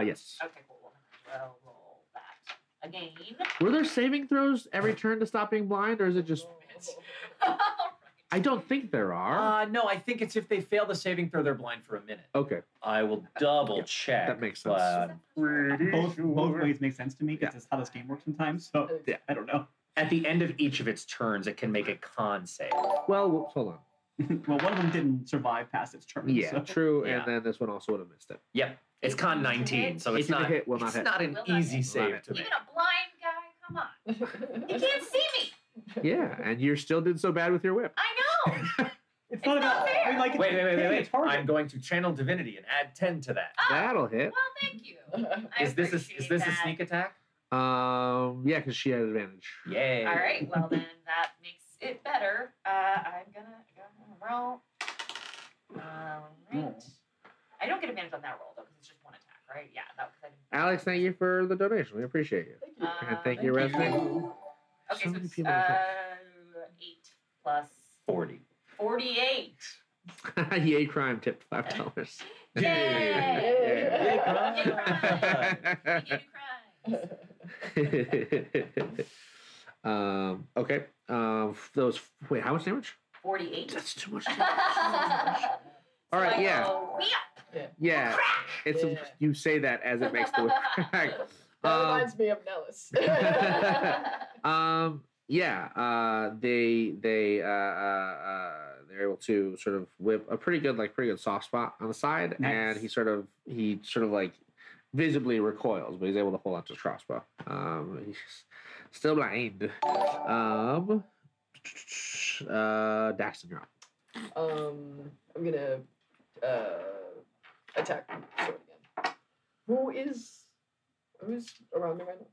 Speaker 4: Uh yes.
Speaker 3: Okay, cool. Well, then I will roll that again.
Speaker 4: Were there saving throws every turn to stop being blind, or is it just? I don't think there are.
Speaker 7: Uh, no, I think it's if they fail the saving throw, they're blind for a minute.
Speaker 4: okay.
Speaker 7: I will double check.
Speaker 4: that makes sense.
Speaker 7: but-
Speaker 2: Both, both ways make sense to me because that's how this game works sometimes. So
Speaker 4: Yeah.
Speaker 2: I don't know.
Speaker 7: at the end of each of its turns, it can make a con save.
Speaker 4: Well, whoops, hold on.
Speaker 2: well, one of them didn't survive past its turn.
Speaker 4: Yeah,
Speaker 2: so-
Speaker 4: true.
Speaker 7: Yeah.
Speaker 4: And then this one also would have missed it.
Speaker 7: Yep, it's con 19, so it's
Speaker 4: 18 to
Speaker 7: not.
Speaker 4: hit will not
Speaker 7: it's
Speaker 4: hit.
Speaker 7: not an
Speaker 3: Will not hit.
Speaker 7: easy
Speaker 4: Will
Speaker 7: save
Speaker 4: not
Speaker 7: to
Speaker 3: Even
Speaker 7: make.
Speaker 3: a blind guy, come on. He can't see me.
Speaker 4: Yeah, and you still did so bad with your whip.
Speaker 3: I know.
Speaker 2: It's, not
Speaker 3: not
Speaker 2: about. I mean, like, it's
Speaker 7: Wait, wait, wait,
Speaker 2: hitting
Speaker 7: wait,
Speaker 2: its
Speaker 7: wait!
Speaker 2: target.
Speaker 7: I'm going to channel divinity and add 10 to that.
Speaker 3: Ah,
Speaker 4: That'll
Speaker 3: well,
Speaker 4: hit.
Speaker 3: thank you. I
Speaker 7: Is this a, is
Speaker 3: appreciate
Speaker 7: this a
Speaker 3: that.
Speaker 7: sneak attack?
Speaker 4: Um, yeah, because she had advantage.
Speaker 7: Yay!
Speaker 3: All right, well then that makes it better. Uh, I'm gonna, I'm gonna roll. All right.
Speaker 7: Hmm.
Speaker 3: I don't get advantage on that roll though, because it's just one attack, right? Yeah, that was.
Speaker 4: Alex, thank you for the donation. We appreciate you.
Speaker 8: Thank you.
Speaker 4: And thank you, Resnick.
Speaker 3: Uh, Okay,
Speaker 4: So
Speaker 3: so,
Speaker 4: many
Speaker 3: it's,
Speaker 4: people to
Speaker 3: uh, eight plus
Speaker 7: 40.
Speaker 3: forty-eight.
Speaker 4: Yay, crime tipped five dollars.
Speaker 3: Yay!
Speaker 8: Yay,
Speaker 3: You do crimes.
Speaker 4: um, okay. Um, those. Wait, how much damage?
Speaker 3: Forty-eight.
Speaker 4: That's too much.
Speaker 3: So
Speaker 4: Damage. All right.
Speaker 3: I
Speaker 4: Yeah.
Speaker 3: go, "Whee-ah!"
Speaker 4: Yeah. It's
Speaker 8: Oh, Yeah.
Speaker 4: you say that as it makes the whip crack.
Speaker 8: That
Speaker 4: Um,
Speaker 8: reminds me of Nellis.
Speaker 4: um yeah uh they they uh, uh uh they're able to sort of whip a pretty good like pretty good soft spot on the side and
Speaker 2: Nice.
Speaker 4: he sort of he sort of like visibly recoils but he's able to hold onto his crossbow um he's still blind um uh daxton you're up
Speaker 8: Um, I'm gonna uh, attack the sword again. Who is who's around me right now?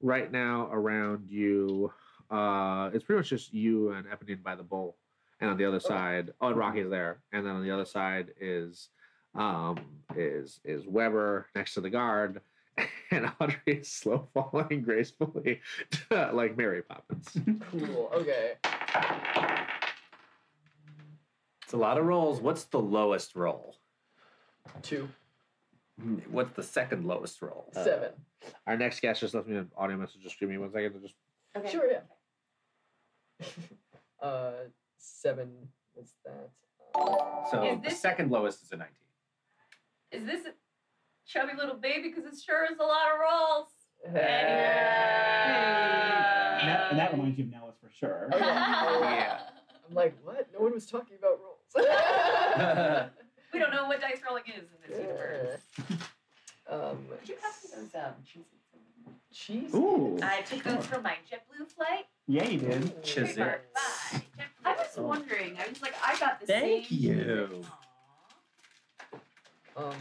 Speaker 4: right now around you uh it's pretty much just you and Eponine by the bowl and on the other side oh and rocky's there and then on the other side is um is is weber next to the guard and audrey is slow falling gracefully to, like mary poppins
Speaker 8: Cool. Okay.
Speaker 7: It's a lot of rolls. What's the lowest roll?
Speaker 8: Two.
Speaker 7: Hmm, What's the second lowest roll?
Speaker 4: Uh,
Speaker 8: Seven.
Speaker 4: our next guest just left me an audio message just give me one second to just
Speaker 5: Okay.
Speaker 8: Sure. Yeah. uh, seven. What's that? Uh,
Speaker 7: So
Speaker 3: Is
Speaker 7: the
Speaker 3: this-
Speaker 7: second lowest is a 19.
Speaker 3: Is this a chubby little baby? Because it sure is a lot of rolls. Anyway.
Speaker 2: And that, and that reminds you of Nellis for sure.
Speaker 8: Okay.
Speaker 7: Yeah.
Speaker 8: I'm like, what? No one was talking about rolls.
Speaker 9: We don't know what dice rolling is in this universe.
Speaker 8: um,
Speaker 9: Could you pass me those um, cheeses?
Speaker 8: cheese.
Speaker 2: Ooh.
Speaker 9: I took those from my JetBlue flight.
Speaker 2: Yeah, you did.
Speaker 7: Cheese.
Speaker 9: Trademark by JetBlue.
Speaker 3: I was wondering. I was like, I got the
Speaker 7: Thank
Speaker 3: same.
Speaker 7: you.
Speaker 8: Um,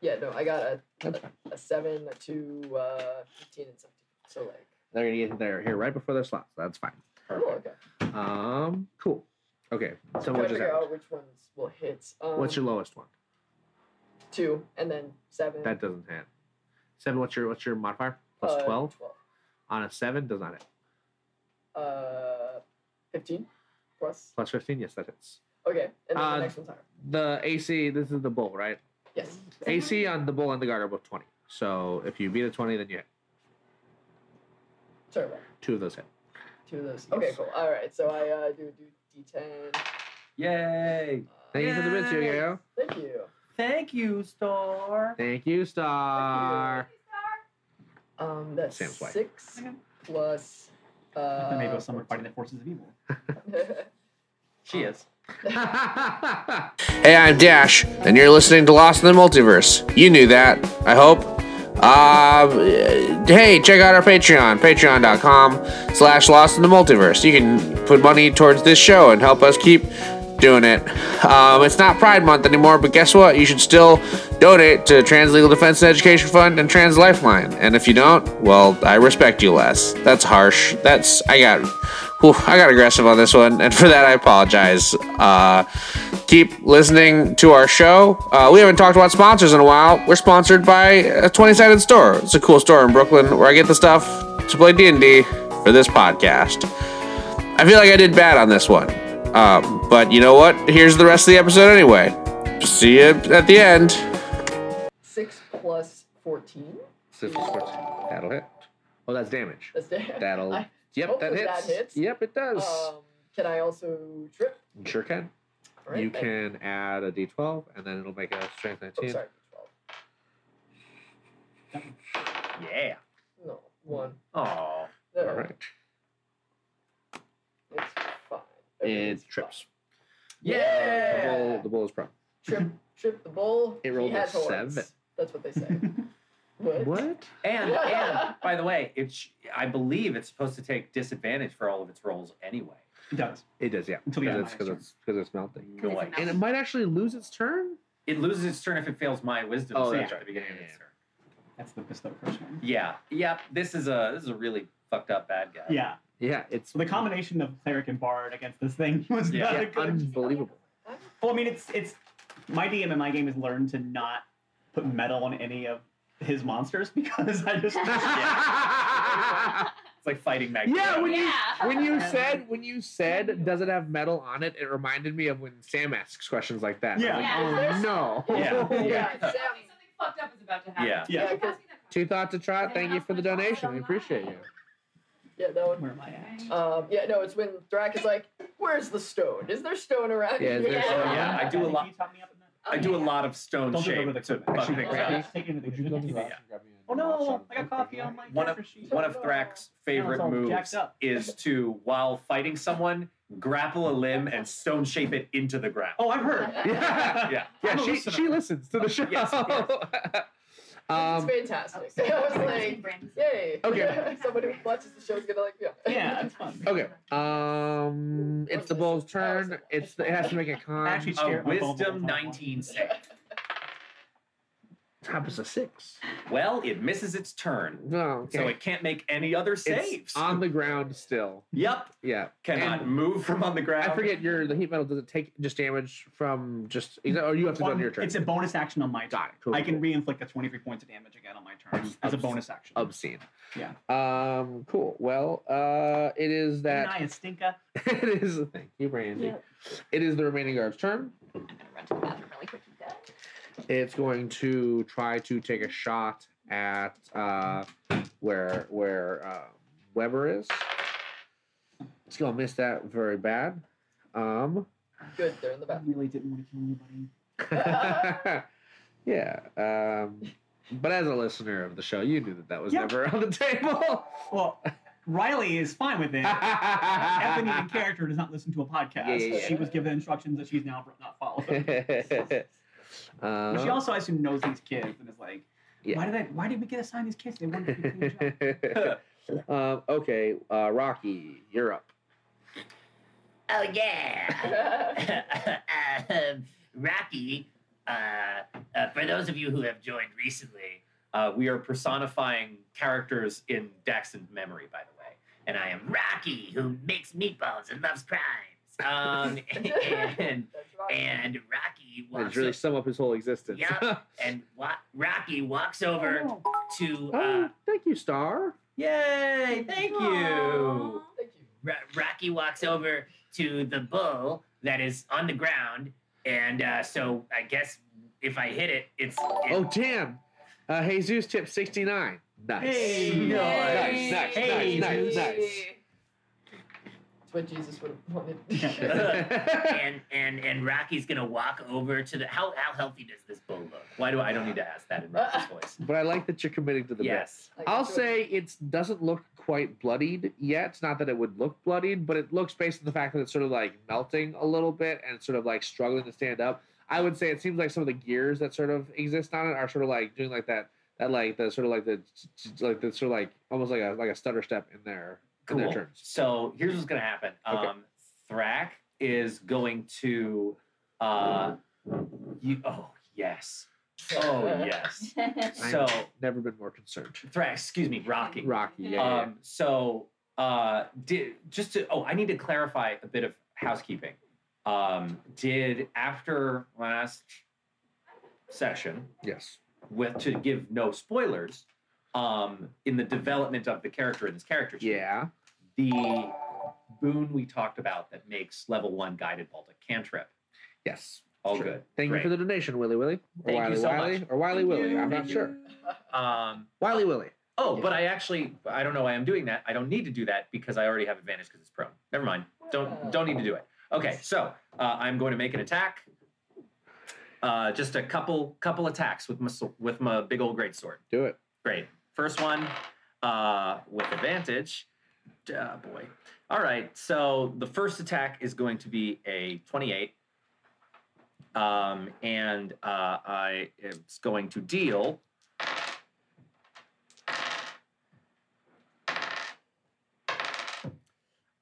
Speaker 8: yeah, no, I got a, a, a seven, a two, uh, fifteen, and seventeen. So like,
Speaker 4: They're gonna get there here right before their slots. That's fine.
Speaker 8: oh, okay.
Speaker 4: Um, cool. Okay. So
Speaker 8: Gotta
Speaker 4: what just
Speaker 8: figure
Speaker 4: happened?
Speaker 8: out which ones will hit. Um,
Speaker 4: What's your lowest one?
Speaker 8: two and then seven?
Speaker 4: That doesn't hit. Seven. What's your what's your modifier? Plus
Speaker 8: uh,
Speaker 4: twelve
Speaker 8: Twelve.
Speaker 4: on a seven does not hit.
Speaker 8: Uh, fifteen. Plus.
Speaker 4: Plus fifteen. Yes, that hits.
Speaker 8: Okay, and then
Speaker 4: Uh,
Speaker 8: the next one's higher.
Speaker 4: The AC. This is the bull, right?
Speaker 8: Yes.
Speaker 4: AC
Speaker 7: Mm-hmm.
Speaker 4: on the bull and the guard are both twenty. So if you beat a twenty, then you hit.
Speaker 8: Sorry about that.
Speaker 4: Two of those hit.
Speaker 8: Two of those. Okay, cool. All right, so I uh, do do D10. Uh,
Speaker 7: Yay!
Speaker 4: Thank you for the bits,
Speaker 7: Yay.
Speaker 4: Yo.
Speaker 8: Thank you.
Speaker 7: Thank you, Star.
Speaker 4: Thank you, Star.
Speaker 8: Um, that's
Speaker 4: Sam's white.
Speaker 8: six plus.
Speaker 2: I
Speaker 8: Uh,
Speaker 2: thought maybe it was someone fighting the forces of evil.
Speaker 8: Oh.
Speaker 7: She is.
Speaker 4: hey, I'm Dash, and you're listening to Lost in the Multiverse. You knew that, I hope. Um, uh, hey, check out our Patreon, patreon.com slash lost in the multiverse. You can put money towards this show and help us keep doing it. Um, it's not Pride Month anymore, but guess what? You should still donate to Trans Legal Defense and Education Fund and Trans Lifeline. And if you don't, well, I respect you less. That's harsh. That's, I got, whew, I got aggressive on this one, and for that, I apologize. Uh, keep listening to our show. Uh, we haven't talked about sponsors in a while. We're sponsored by a 20-sided store. It's a cool store in Brooklyn where I get the stuff to play D&D for this podcast. I feel like I did bad on this one. Um, but you know what? Here's the rest of the episode anyway. See you at the end.
Speaker 8: Six plus fourteen.
Speaker 4: That'll hit. Oh, that's damage.
Speaker 8: That's it. I-
Speaker 4: Yep,
Speaker 8: hope that that hits. hits.
Speaker 4: Yep, it does.
Speaker 8: um, can I also trip?
Speaker 4: sure can.
Speaker 8: All right, thank-
Speaker 4: can add a d12, and then it'll make a strength
Speaker 8: Oh, sorry. 12.
Speaker 7: Yeah.
Speaker 8: No, one.
Speaker 7: Oh.
Speaker 8: No, It's fine. Everything's
Speaker 7: Yeah.
Speaker 8: bull- the
Speaker 4: bull is prone.
Speaker 8: fine. Trip, trip the bull.
Speaker 4: It rolled
Speaker 8: he
Speaker 4: a
Speaker 8: has horns.
Speaker 4: seven.
Speaker 8: That's what they say. what?
Speaker 4: What?
Speaker 7: And and by the way, it's I believe it's supposed to take disadvantage for all of its rolls anyway.
Speaker 2: It does.
Speaker 4: It does, yeah.
Speaker 2: Until we
Speaker 4: Because it's
Speaker 2: add minus
Speaker 4: because
Speaker 2: turn.
Speaker 4: it's because it's melting.
Speaker 7: No idea.
Speaker 4: And it might actually lose its turn.
Speaker 7: It loses its turn if it fails my wisdom
Speaker 4: Oh,
Speaker 7: save
Speaker 4: that's
Speaker 7: at
Speaker 4: right.
Speaker 7: the beginning of
Speaker 4: Yeah,
Speaker 7: its
Speaker 4: yeah.
Speaker 7: turn.
Speaker 2: That's the pistol first one.
Speaker 7: Yeah. Yep. This is a this is a really fucked up bad guy.
Speaker 2: Yeah.
Speaker 4: Yeah, it's
Speaker 2: So the combination of cleric and bard against this thing was
Speaker 7: Yeah.
Speaker 2: not
Speaker 4: yeah,
Speaker 2: a good.
Speaker 4: unbelievable.
Speaker 2: well, I mean, it's it's my DM in my game has learned to not put metal on any of his monsters because I just
Speaker 4: yeah.
Speaker 7: It's like fighting Magneto.
Speaker 4: when you
Speaker 9: Yeah.
Speaker 4: when you said when you said does it have metal on it, it reminded me of when Sam asks questions like that.
Speaker 2: Yeah.
Speaker 4: I'm like, oh no.
Speaker 7: Yeah.
Speaker 8: Yeah, Sam,
Speaker 9: Something, something fucked up is about to happen.
Speaker 7: Yeah.
Speaker 2: yeah.
Speaker 8: Yeah, 'cause-
Speaker 4: Two thoughts to trot. Thank you for the donation. We appreciate you.
Speaker 8: yeah, that one.
Speaker 2: Where am I at?
Speaker 8: Um, yeah, no, it's when Thrak is like, "Where's the stone? Is there stone around
Speaker 4: Yeah, is
Speaker 8: here?"
Speaker 4: there
Speaker 7: stone? Yeah, I do a
Speaker 2: think
Speaker 7: lot-
Speaker 2: You taught me up in that.
Speaker 7: I do a lot of stone
Speaker 2: Oh, Don't do it
Speaker 7: shape
Speaker 2: over the
Speaker 7: to
Speaker 2: equipment.
Speaker 7: fuck
Speaker 2: Actually,
Speaker 7: things
Speaker 2: right,
Speaker 7: up.
Speaker 2: just take it into the computer.
Speaker 7: Yeah.
Speaker 2: Oh no! I got coffee on my
Speaker 7: One of
Speaker 2: paper sheet.
Speaker 7: one of Thrak's favorite
Speaker 2: all
Speaker 7: moves
Speaker 2: jacked up.
Speaker 7: is to, while fighting someone, grapple a limb and stone shape it into the ground.
Speaker 2: Oh, I've heard.
Speaker 4: Yeah.
Speaker 7: Yeah.
Speaker 4: Yeah,
Speaker 2: I'm a
Speaker 4: she,
Speaker 2: listener.
Speaker 4: she listens to the show.
Speaker 7: Yes,
Speaker 4: um,
Speaker 8: it's fantastic. I was like, "Yay!"
Speaker 4: Okay.
Speaker 8: Somebody who watches the show is gonna like, yeah.
Speaker 2: Yeah, it's fun.
Speaker 4: okay. Um, it's the bull's turn. It's the, it has to make a con.
Speaker 2: Actually,
Speaker 7: A
Speaker 2: scared my bubble the whole
Speaker 7: wisdom
Speaker 2: time.
Speaker 7: 19 save.
Speaker 4: top is a six.
Speaker 7: Well, it misses its turn,
Speaker 4: No, okay.
Speaker 7: so it can't make any other saves.
Speaker 4: It's on the ground still.
Speaker 7: yep,
Speaker 4: Yeah.
Speaker 7: cannot
Speaker 4: And-
Speaker 7: move from on the ground.
Speaker 4: I forget your the heat metal doesn't take just damage from just is that- or you have to do it on
Speaker 2: One-
Speaker 4: your turn.
Speaker 2: It's a bonus action on my turn.
Speaker 4: Got it. Cool,
Speaker 2: I can
Speaker 4: cool.
Speaker 2: re-inflict the 23 points of damage again on my turn
Speaker 4: Obs-
Speaker 2: as a
Speaker 4: obs-
Speaker 2: bonus action.
Speaker 4: obscene.
Speaker 2: Yeah.
Speaker 4: Um cool. Well, uh it is
Speaker 2: Ain't
Speaker 4: that
Speaker 2: I a stinker?
Speaker 4: it is thank you, Randy.
Speaker 5: Yeah.
Speaker 4: It is the remaining guard's turn.
Speaker 9: I'm gonna run to the bathroom really quick. You guys.
Speaker 4: It's going to try to take a shot at uh where where uh Weber is. It's gonna miss that very bad. Um
Speaker 8: Good, they're in the
Speaker 2: I
Speaker 8: bathroom.
Speaker 2: really didn't want to kill anybody.
Speaker 4: yeah. Um, but as a listener of the show, you knew that that was
Speaker 2: Yeah.
Speaker 4: never on the table.
Speaker 2: Well, Riley is fine with it. Ebony in character does not listen to a podcast.
Speaker 4: Yeah, yeah, yeah.
Speaker 2: She was given instructions that she's now not following.
Speaker 4: Uh,
Speaker 2: but she also, I assume, knows these kids and is like,
Speaker 4: Yeah.
Speaker 2: why did I? Why did we get assigned these kids? They wanted to be doing a job.
Speaker 4: um, okay, uh, Rocky, you're up.
Speaker 6: Oh yeah. um, Rocky, uh, uh, for those of you who have joined recently,
Speaker 7: Uh, we are personifying characters in Daxton's memory, by the way.
Speaker 6: and I am Rocky, who makes meatballs and loves crimes. Um, and
Speaker 8: That's right.
Speaker 6: and Rocky
Speaker 4: That's
Speaker 6: walks
Speaker 4: really sum up his whole existence. Oh,
Speaker 6: Yup. and wa- Rocky walks over to. Uh,
Speaker 4: oh, thank you, Star.
Speaker 7: Yay! Thank you.
Speaker 8: Thank you.
Speaker 6: Ro- Rocky walks over to the bull that is on the ground, and uh, so I guess if I hit it, it's. It,
Speaker 4: Oh, damn. Uh, Jesus tip 69. Nice.
Speaker 2: Hey,
Speaker 4: nice,
Speaker 2: nice.
Speaker 4: nice,
Speaker 2: Hey,
Speaker 4: nice, nice, nice.
Speaker 8: Hey. It's what Jesus would have wanted.
Speaker 6: and and and Rocky's gonna walk over to the. How how healthy does this bull look?
Speaker 7: Why do I I don't need to ask that in Rocky's voice?
Speaker 4: but I like that you're committing to the bit.
Speaker 7: Yes.
Speaker 8: Like,
Speaker 4: I'll
Speaker 8: so-
Speaker 4: say it doesn't look quite bloodied yet. It's not that it would look bloodied, but it looks based on the fact that it's sort of like melting a little bit and sort of like struggling to stand up. I would say it seems like some of the gears that sort of exist on it are sort of like doing like that, that like the sort of like the like the sort of like almost like a like a stutter step in their in their
Speaker 7: Cool.
Speaker 4: turns.
Speaker 7: So here's what's gonna happen.
Speaker 4: Okay.
Speaker 7: Um, Thrak is going to. Uh, you, oh yes. Oh yes. So
Speaker 4: Never been more concerned.
Speaker 7: Thrak, excuse me, Rocky.
Speaker 4: Rocky, yeah, yeah,
Speaker 7: Um, so uh, did just to oh, I need to clarify a bit of housekeeping. Um, did after last session
Speaker 4: yeah. yes.
Speaker 7: with to give no spoilers um, in the development of the character in this character sheet,
Speaker 4: Yeah.
Speaker 7: the boon we talked about that makes level one guided Baltic cantrip
Speaker 4: Yes.
Speaker 7: all
Speaker 4: Sure.
Speaker 7: good.
Speaker 4: Thank
Speaker 7: Great.
Speaker 4: you for the donation, Willy Willy. Or
Speaker 7: Thank you
Speaker 4: Wiley
Speaker 7: so
Speaker 4: Wiley.
Speaker 7: much.
Speaker 4: Or Wiley Willy. I'm not
Speaker 7: Thank you.
Speaker 4: sure.
Speaker 7: um,
Speaker 4: Wiley Willy.
Speaker 7: Oh, but I actually I don't know why I'm doing that. I don't need to do that because I already have advantage because it's prone. Never mind. Don't don't need to do it. Okay, so uh, I'm going to make an attack. Uh, just a couple couple attacks with my s- with my big old great sword.
Speaker 4: Do it.
Speaker 7: Great. First one uh, with advantage. Ah, boy. All right. So the first attack is going to be a 28. Um, and uh, I it's going to deal.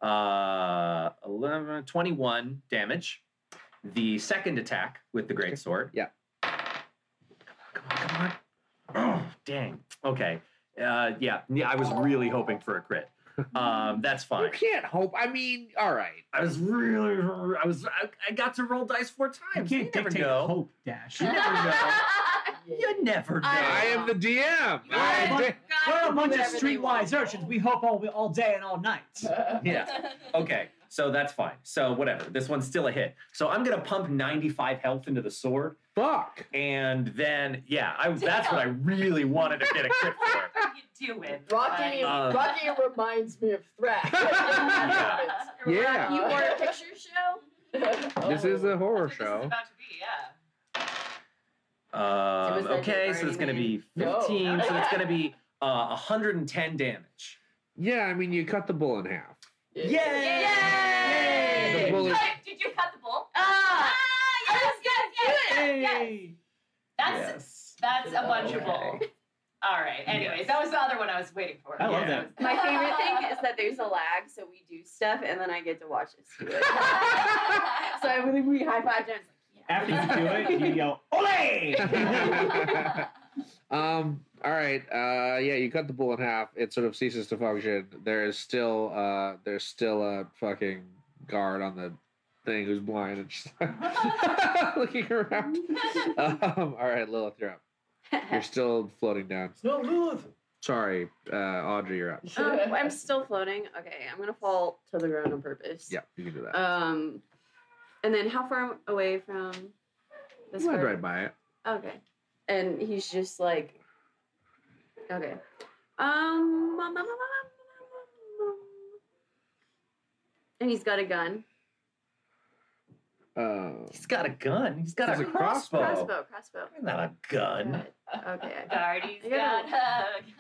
Speaker 7: Uh, 11, 21 damage. The second attack with the great sword.
Speaker 4: Yeah.
Speaker 7: Come on, come on. Oh, dang. Okay. Uh, yeah, yeah, I was really hoping for a crit. Um, that's
Speaker 4: You
Speaker 7: fine.
Speaker 4: can't hope. I mean, all right.
Speaker 7: I was really, I was, I, I got to roll dice four
Speaker 2: You
Speaker 7: times. You,
Speaker 2: can't
Speaker 7: never
Speaker 2: dictate
Speaker 7: know.
Speaker 2: hope, Dash.
Speaker 7: You never know. You never know.
Speaker 4: I am the DM. I
Speaker 2: are
Speaker 4: di-
Speaker 2: We're a bunch of
Speaker 5: whatever they want.
Speaker 2: streetwise urchins. We hope all all day and all night.
Speaker 7: yeah. Okay. So that's fine. So whatever. This one's still a hit. So I'm gonna pump 95 health into the sword,
Speaker 4: Fuck.
Speaker 7: and then yeah, I, that's what I really wanted to get a crit for.
Speaker 9: you do it.
Speaker 8: Rocky,
Speaker 7: Uh,
Speaker 8: Rocky reminds me of
Speaker 9: uh,
Speaker 8: Thrax.
Speaker 4: Yeah. Yeah.
Speaker 5: You are a picture show?
Speaker 4: This is a horror
Speaker 9: That's what This is
Speaker 4: show.
Speaker 9: about to be, yeah.
Speaker 7: Um,
Speaker 5: was like
Speaker 7: okay,
Speaker 5: you've
Speaker 7: so it's
Speaker 5: already
Speaker 7: gonna be
Speaker 8: No.
Speaker 7: 15. So it's gonna be uh, 110 damage.
Speaker 4: Yeah, I mean, you cut the bull in half.
Speaker 7: Yay!
Speaker 4: The
Speaker 9: Yay!
Speaker 4: bull is-
Speaker 9: Cut- Did you cut the bull?
Speaker 5: Ah,
Speaker 9: yes, yes, yes, yes.
Speaker 2: Hey,
Speaker 9: That's
Speaker 7: Yes.
Speaker 9: that's a bunch of bull.
Speaker 7: Okay.
Speaker 9: All right. Anyways, that was the other one I was waiting for.
Speaker 2: I love
Speaker 7: Yeah.
Speaker 2: that.
Speaker 5: My favorite thing is that there's a lag, so we do stuff, and then I get to watch us do it. so I really we high five and I was
Speaker 2: After you do it, you yell, "Ole!"
Speaker 4: um. All right. Uh. Yeah, you cut the bull in half. It sort of ceases to function. There is still. Uh. There's still a fucking guard on the thing who's blind and just looking around. Um, all right, Lilith, you're up.
Speaker 5: like,
Speaker 4: You're
Speaker 5: yeah.
Speaker 4: still floating down.
Speaker 7: No, Lilith.
Speaker 4: Sorry, uh, Audrey, you're up.
Speaker 5: Um, I'm still floating. Okay, I'm gonna fall to the ground on purpose.
Speaker 4: Yeah, you can do that.
Speaker 5: Um, and then how far away from this?
Speaker 4: You went
Speaker 5: bird?
Speaker 4: right by it.
Speaker 5: Okay. And he's just like, okay. Um, and he's got a gun.
Speaker 4: Uh,
Speaker 7: He's got a gun. He's got
Speaker 4: There's
Speaker 7: a,
Speaker 4: a
Speaker 7: crossbow.
Speaker 5: Crossbow, crossbow.
Speaker 7: Not a Oh. gun.
Speaker 5: Okay. I got-
Speaker 9: Guardy's
Speaker 5: I gotta-
Speaker 9: got. Uh, anyway.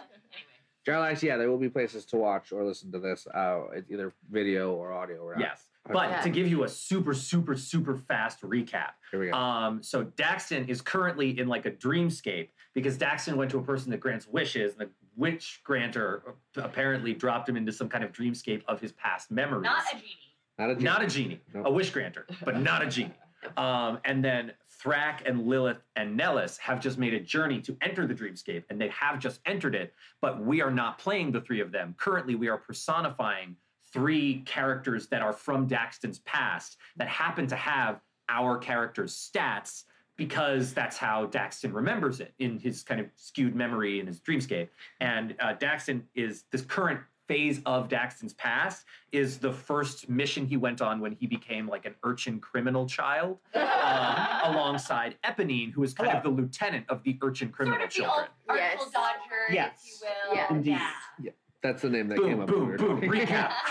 Speaker 4: Skylax, yeah, there will be places to watch or listen to this, uh, it's either video or audio. Or
Speaker 7: Yes. But
Speaker 4: Okay.
Speaker 7: to give you a super, super, super fast recap,
Speaker 4: Here we go.
Speaker 7: Um, so Daxton is currently in like a dreamscape because Daxton went to a person that grants wishes, and the witch granter uh, apparently dropped him into some kind of dreamscape of his past memories.
Speaker 9: Not a genie.
Speaker 4: Not a joke.
Speaker 7: Not a genie,
Speaker 4: No.
Speaker 7: a wish granter, but not a genie. Um, and then Thrak and Lilith and Nellis have just made a journey to enter the dreamscape, and they have just entered it, but we are not playing the three of them. Currently, we are personifying three characters that are from Daxton's past that happen to have our character's stats because that's how Daxton remembers it in his kind of skewed memory in his dreamscape. And uh, Daxton is this current phase of Daxton's past is the first mission he went on when he became like an urchin criminal child um, alongside Eponine, who is kind of the lieutenant of the urchin criminal
Speaker 9: Sort of the
Speaker 7: children.
Speaker 9: old artful
Speaker 5: Yes.
Speaker 9: dodger,
Speaker 2: Yes.
Speaker 9: if you will.
Speaker 5: Yeah.
Speaker 2: Indeed.
Speaker 9: Yeah.
Speaker 4: That's the name that came
Speaker 7: boom,
Speaker 4: up.
Speaker 7: boom,
Speaker 4: when we were talking.
Speaker 7: boom,
Speaker 8: Nice.
Speaker 7: recap.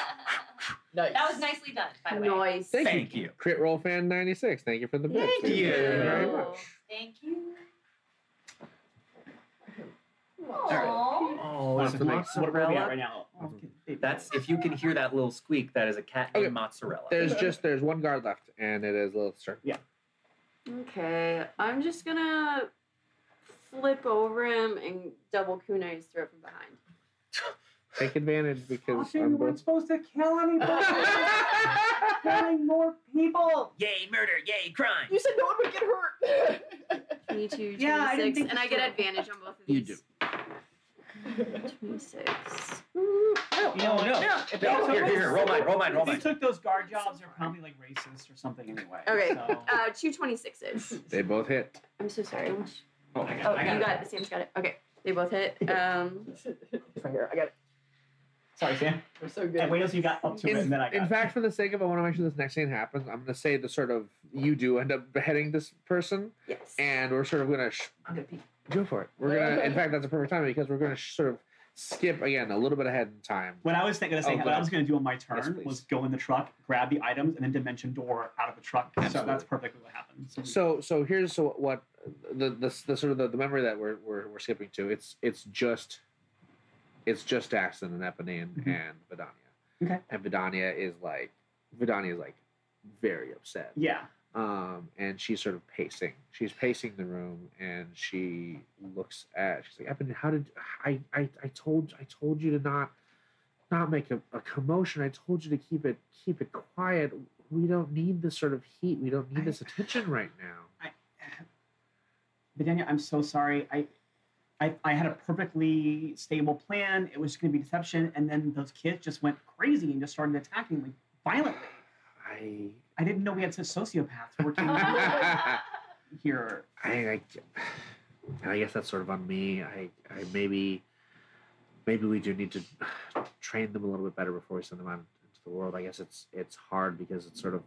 Speaker 9: That was nicely done, by the way.
Speaker 5: Noise.
Speaker 4: Thank,
Speaker 7: Thank
Speaker 4: you.
Speaker 7: you.
Speaker 4: Crit Roll Fan 96. Thank you for the bits.
Speaker 7: Thank you.
Speaker 4: very
Speaker 9: you.
Speaker 4: much.
Speaker 9: Thank you.
Speaker 8: right.
Speaker 9: Aww.
Speaker 7: Oh,
Speaker 2: What, what are we at right now?
Speaker 7: That's if you can hear that little squeak, that is a cat named
Speaker 4: Okay.
Speaker 7: mozzarella.
Speaker 4: There's just there's one guard left, and it is Lilith's turn.
Speaker 5: Okay, I'm just gonna flip over him and double kunai's throat from behind.
Speaker 4: Take advantage because
Speaker 2: Sasha, you
Speaker 4: I'm
Speaker 2: weren't
Speaker 4: both.
Speaker 2: supposed to kill anybody. Killing more people.
Speaker 6: Yay, murder! Yay, crime!
Speaker 8: You said no one would get hurt.
Speaker 5: 22,
Speaker 2: Yeah, I didn't
Speaker 5: 26,
Speaker 2: think
Speaker 5: and I
Speaker 2: you
Speaker 5: get
Speaker 2: threw.
Speaker 5: advantage on both of
Speaker 4: You
Speaker 5: these. do. 26.
Speaker 2: No,
Speaker 7: no, no. No,
Speaker 2: if they
Speaker 7: here,
Speaker 2: took-
Speaker 7: here, here, roll mine, roll mine, roll
Speaker 2: If you
Speaker 7: mine.
Speaker 2: took those guard jobs, they're probably like racist or something anyway.
Speaker 5: Okay.
Speaker 2: So.
Speaker 5: Uh, two 26s.
Speaker 4: They both hit.
Speaker 5: I'm so sorry.
Speaker 2: Oh, I
Speaker 5: Oh,
Speaker 2: got, I
Speaker 5: you
Speaker 2: got it.
Speaker 5: got it. Sam's got it. Okay, they both hit. Um,
Speaker 8: It's right here. I got it.
Speaker 2: Sorry, Sam.
Speaker 8: We're so good.
Speaker 2: And wait till you got up to
Speaker 4: In,
Speaker 2: it, and then I got
Speaker 4: in
Speaker 2: it.
Speaker 4: fact, for the sake of, I want to make sure this next thing happens. I'm going to say the sort of you do end up beheading this person,
Speaker 5: yes.
Speaker 4: and we're sort of going to sh-
Speaker 7: I'm gonna pee.
Speaker 4: go for it. We're gonna. in fact, that's a perfect time because we're going to sh- sort of skip again a little bit ahead in time.
Speaker 2: What I was thinking of
Speaker 4: Oh,
Speaker 2: saying,
Speaker 4: go
Speaker 2: what I
Speaker 4: ahead.
Speaker 2: was going to do on my turn
Speaker 4: Yes, please.
Speaker 2: was go in the truck, grab the items, and then dimension door out of the truck. So
Speaker 4: Absolutely.
Speaker 2: that's perfectly what happened. So,
Speaker 4: So so here's so what the the, the sort of the, the memory that we're, we're we're skipping to. It's it's just it's just Daxton and Eponine
Speaker 2: Mhm.
Speaker 4: and Vidania.
Speaker 2: Okay.
Speaker 4: And Vidania is like Vidania is like very upset.
Speaker 2: yeah,
Speaker 4: Um, and she's sort of pacing. She's pacing the room, and she looks at. She's like, "Eponine, how did I, I? I told I told you to not not make a, a commotion. I told you to keep it keep it quiet. We don't need this sort of heat. We don't need this attention right now."
Speaker 2: but Daniel, I'm so sorry. I, I, I had a perfectly stable plan. It was going to be deception, and then those kids just went crazy and just started attacking like violently.
Speaker 4: I
Speaker 2: I didn't know we had such sociopaths working
Speaker 4: I,
Speaker 2: here.
Speaker 4: I, I guess that's sort of on me. I, I maybe, maybe we do need to train them a little bit better before we send them out into the world. I guess it's it's hard because it's sort of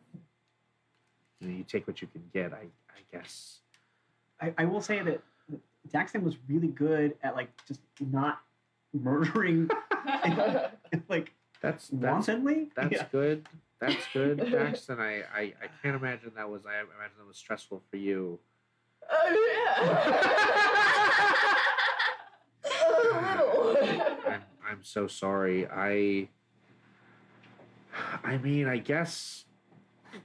Speaker 4: you, know, you take what you can get. I, I guess.
Speaker 2: I, I will say that Daxton was really good at like just not murdering like
Speaker 4: That's that's
Speaker 2: wantonly.
Speaker 4: that's
Speaker 2: yeah.
Speaker 4: good. That's good, Daxton. I, I, I can't imagine that was. I imagine that was stressful for you.
Speaker 8: Oh yeah. a little.
Speaker 4: I'm I'm so sorry. I I mean, I guess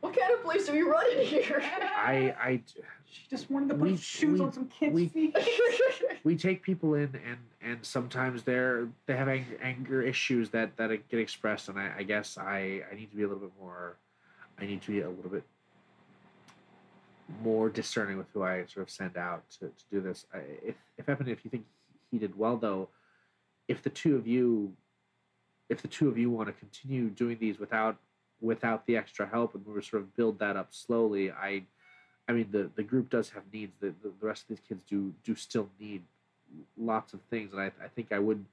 Speaker 8: what kind of place are you running here?
Speaker 4: I I d-
Speaker 2: She just wanted to put
Speaker 4: We-
Speaker 2: shoes
Speaker 4: we-
Speaker 2: on some kids'
Speaker 4: we-
Speaker 2: feet.
Speaker 4: we take people in and and sometimes they're they have anger, anger issues that that get expressed and I, I guess I I need to be a little bit more I need to be a little bit more discerning with who I sort of send out to, to do this. I, if if Evan, if you think he did well though, if the two of you if the two of you want to continue doing these without without the extra help and we were sort of build that up slowly, I I mean the, the group does have needs. The, the the rest of these kids do do still need lots of things and I, I think I would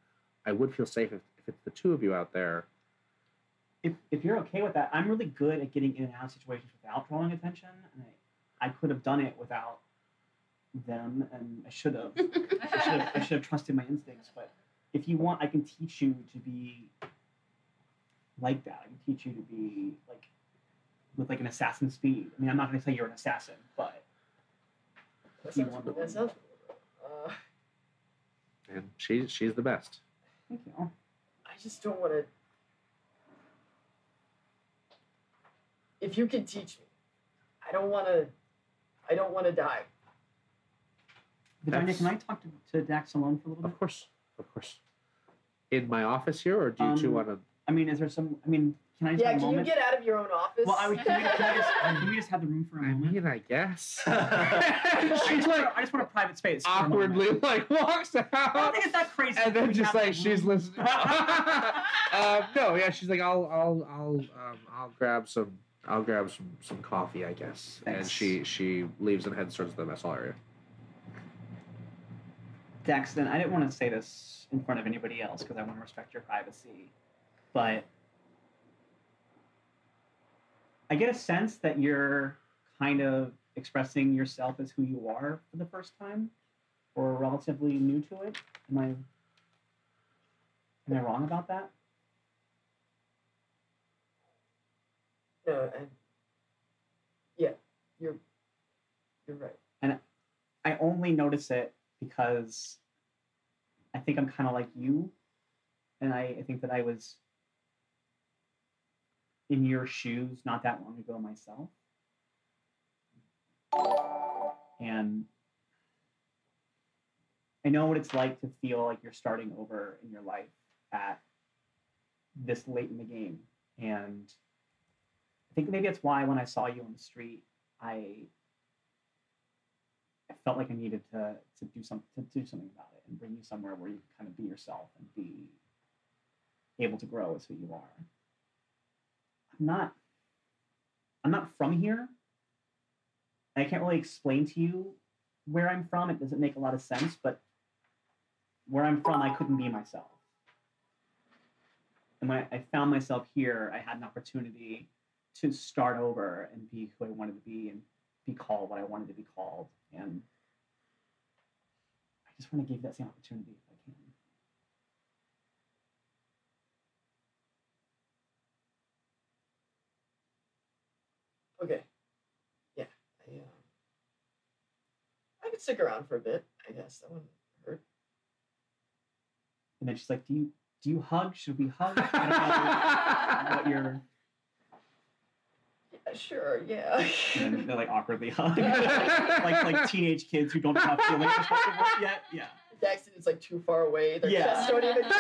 Speaker 4: I would feel safe if, if it's the two of you out there.
Speaker 2: If, if you're okay with that, I'm really good at getting in and out of situations without drawing attention. And I, I could have done it without them, and I should have. I should have, I should have trusted my instincts. But if you want, I can teach you to be like that. I can teach you to be like with like an assassin speed. I mean, I'm not going to say you're an assassin, but
Speaker 8: that sounds, that sounds uh,
Speaker 4: And she she's the best.
Speaker 2: Thank you.
Speaker 8: I just don't want to. If you can teach me, I don't want to. I don't want to die.
Speaker 2: Vagina,
Speaker 4: That's-
Speaker 2: can I talk to, to Dax alone for a little bit?
Speaker 4: Of course, of course. In my office here, or do you two
Speaker 2: Um,
Speaker 4: want to?
Speaker 2: I mean, is there some? I mean, can I just
Speaker 8: Yeah,
Speaker 2: have a
Speaker 8: can you
Speaker 2: moment?
Speaker 8: get out of your own office?
Speaker 2: well, I would. Can we, can, I just, can we just have the room for a
Speaker 4: I
Speaker 2: moment?
Speaker 4: mean, I guess.
Speaker 2: I
Speaker 4: she's
Speaker 2: just, want
Speaker 4: like
Speaker 2: a, I just want a private space. for a moment.
Speaker 4: awkwardly like walks
Speaker 2: I don't
Speaker 4: out,
Speaker 2: think it's that crazy.
Speaker 4: and
Speaker 2: that
Speaker 4: then
Speaker 2: we
Speaker 4: just
Speaker 2: have
Speaker 4: like
Speaker 2: the
Speaker 4: she's
Speaker 2: room.
Speaker 4: listening. uh, no, yeah, she's like, I'll, I'll, I'll, um, I'll grab some, I'll grab some, some coffee, I guess.
Speaker 2: Thanks.
Speaker 4: And she, she leaves and heads towards the mess hall area.
Speaker 2: Daxton, I didn't want to say this in front of anybody else because I want to respect your privacy, but I get a sense that you're kind of expressing yourself as who you are for the first time, or relatively new to it. Am I? Am I wrong about that?
Speaker 8: No, Uh, and yeah, you're you're right.
Speaker 2: I only notice it because I think I'm kind of like you, and I, I think that I was in your shoes not that long ago myself. And I know what it's like to feel like you're starting over in your life at this late in the game. And I think maybe that's why when I saw you on the street, I I felt like I needed to to do some to do something about it and bring you somewhere where you can kind of be yourself and be able to grow as who you are. I'm not I'm not from here. I can't really explain to you where I'm from. It doesn't make a lot of sense, but where I'm from, I couldn't be myself. And when I found myself here, I had an opportunity to start over and be who I wanted to be and be called what I wanted to be called. And I just want to give that same opportunity if I can.
Speaker 8: Okay. Yeah. I, um, I could stick around for a bit. I guess that wouldn't hurt.
Speaker 2: And then she's like, Do you do you hug? Should we hug? I don't know what you're
Speaker 8: Yeah, sure. Yeah.
Speaker 2: and then they like awkwardly hug. like like teenage kids who don't have feelings responsible yet. Yeah.
Speaker 8: Daxton is like too far away. Their
Speaker 2: Yeah.
Speaker 8: chests don't even touch.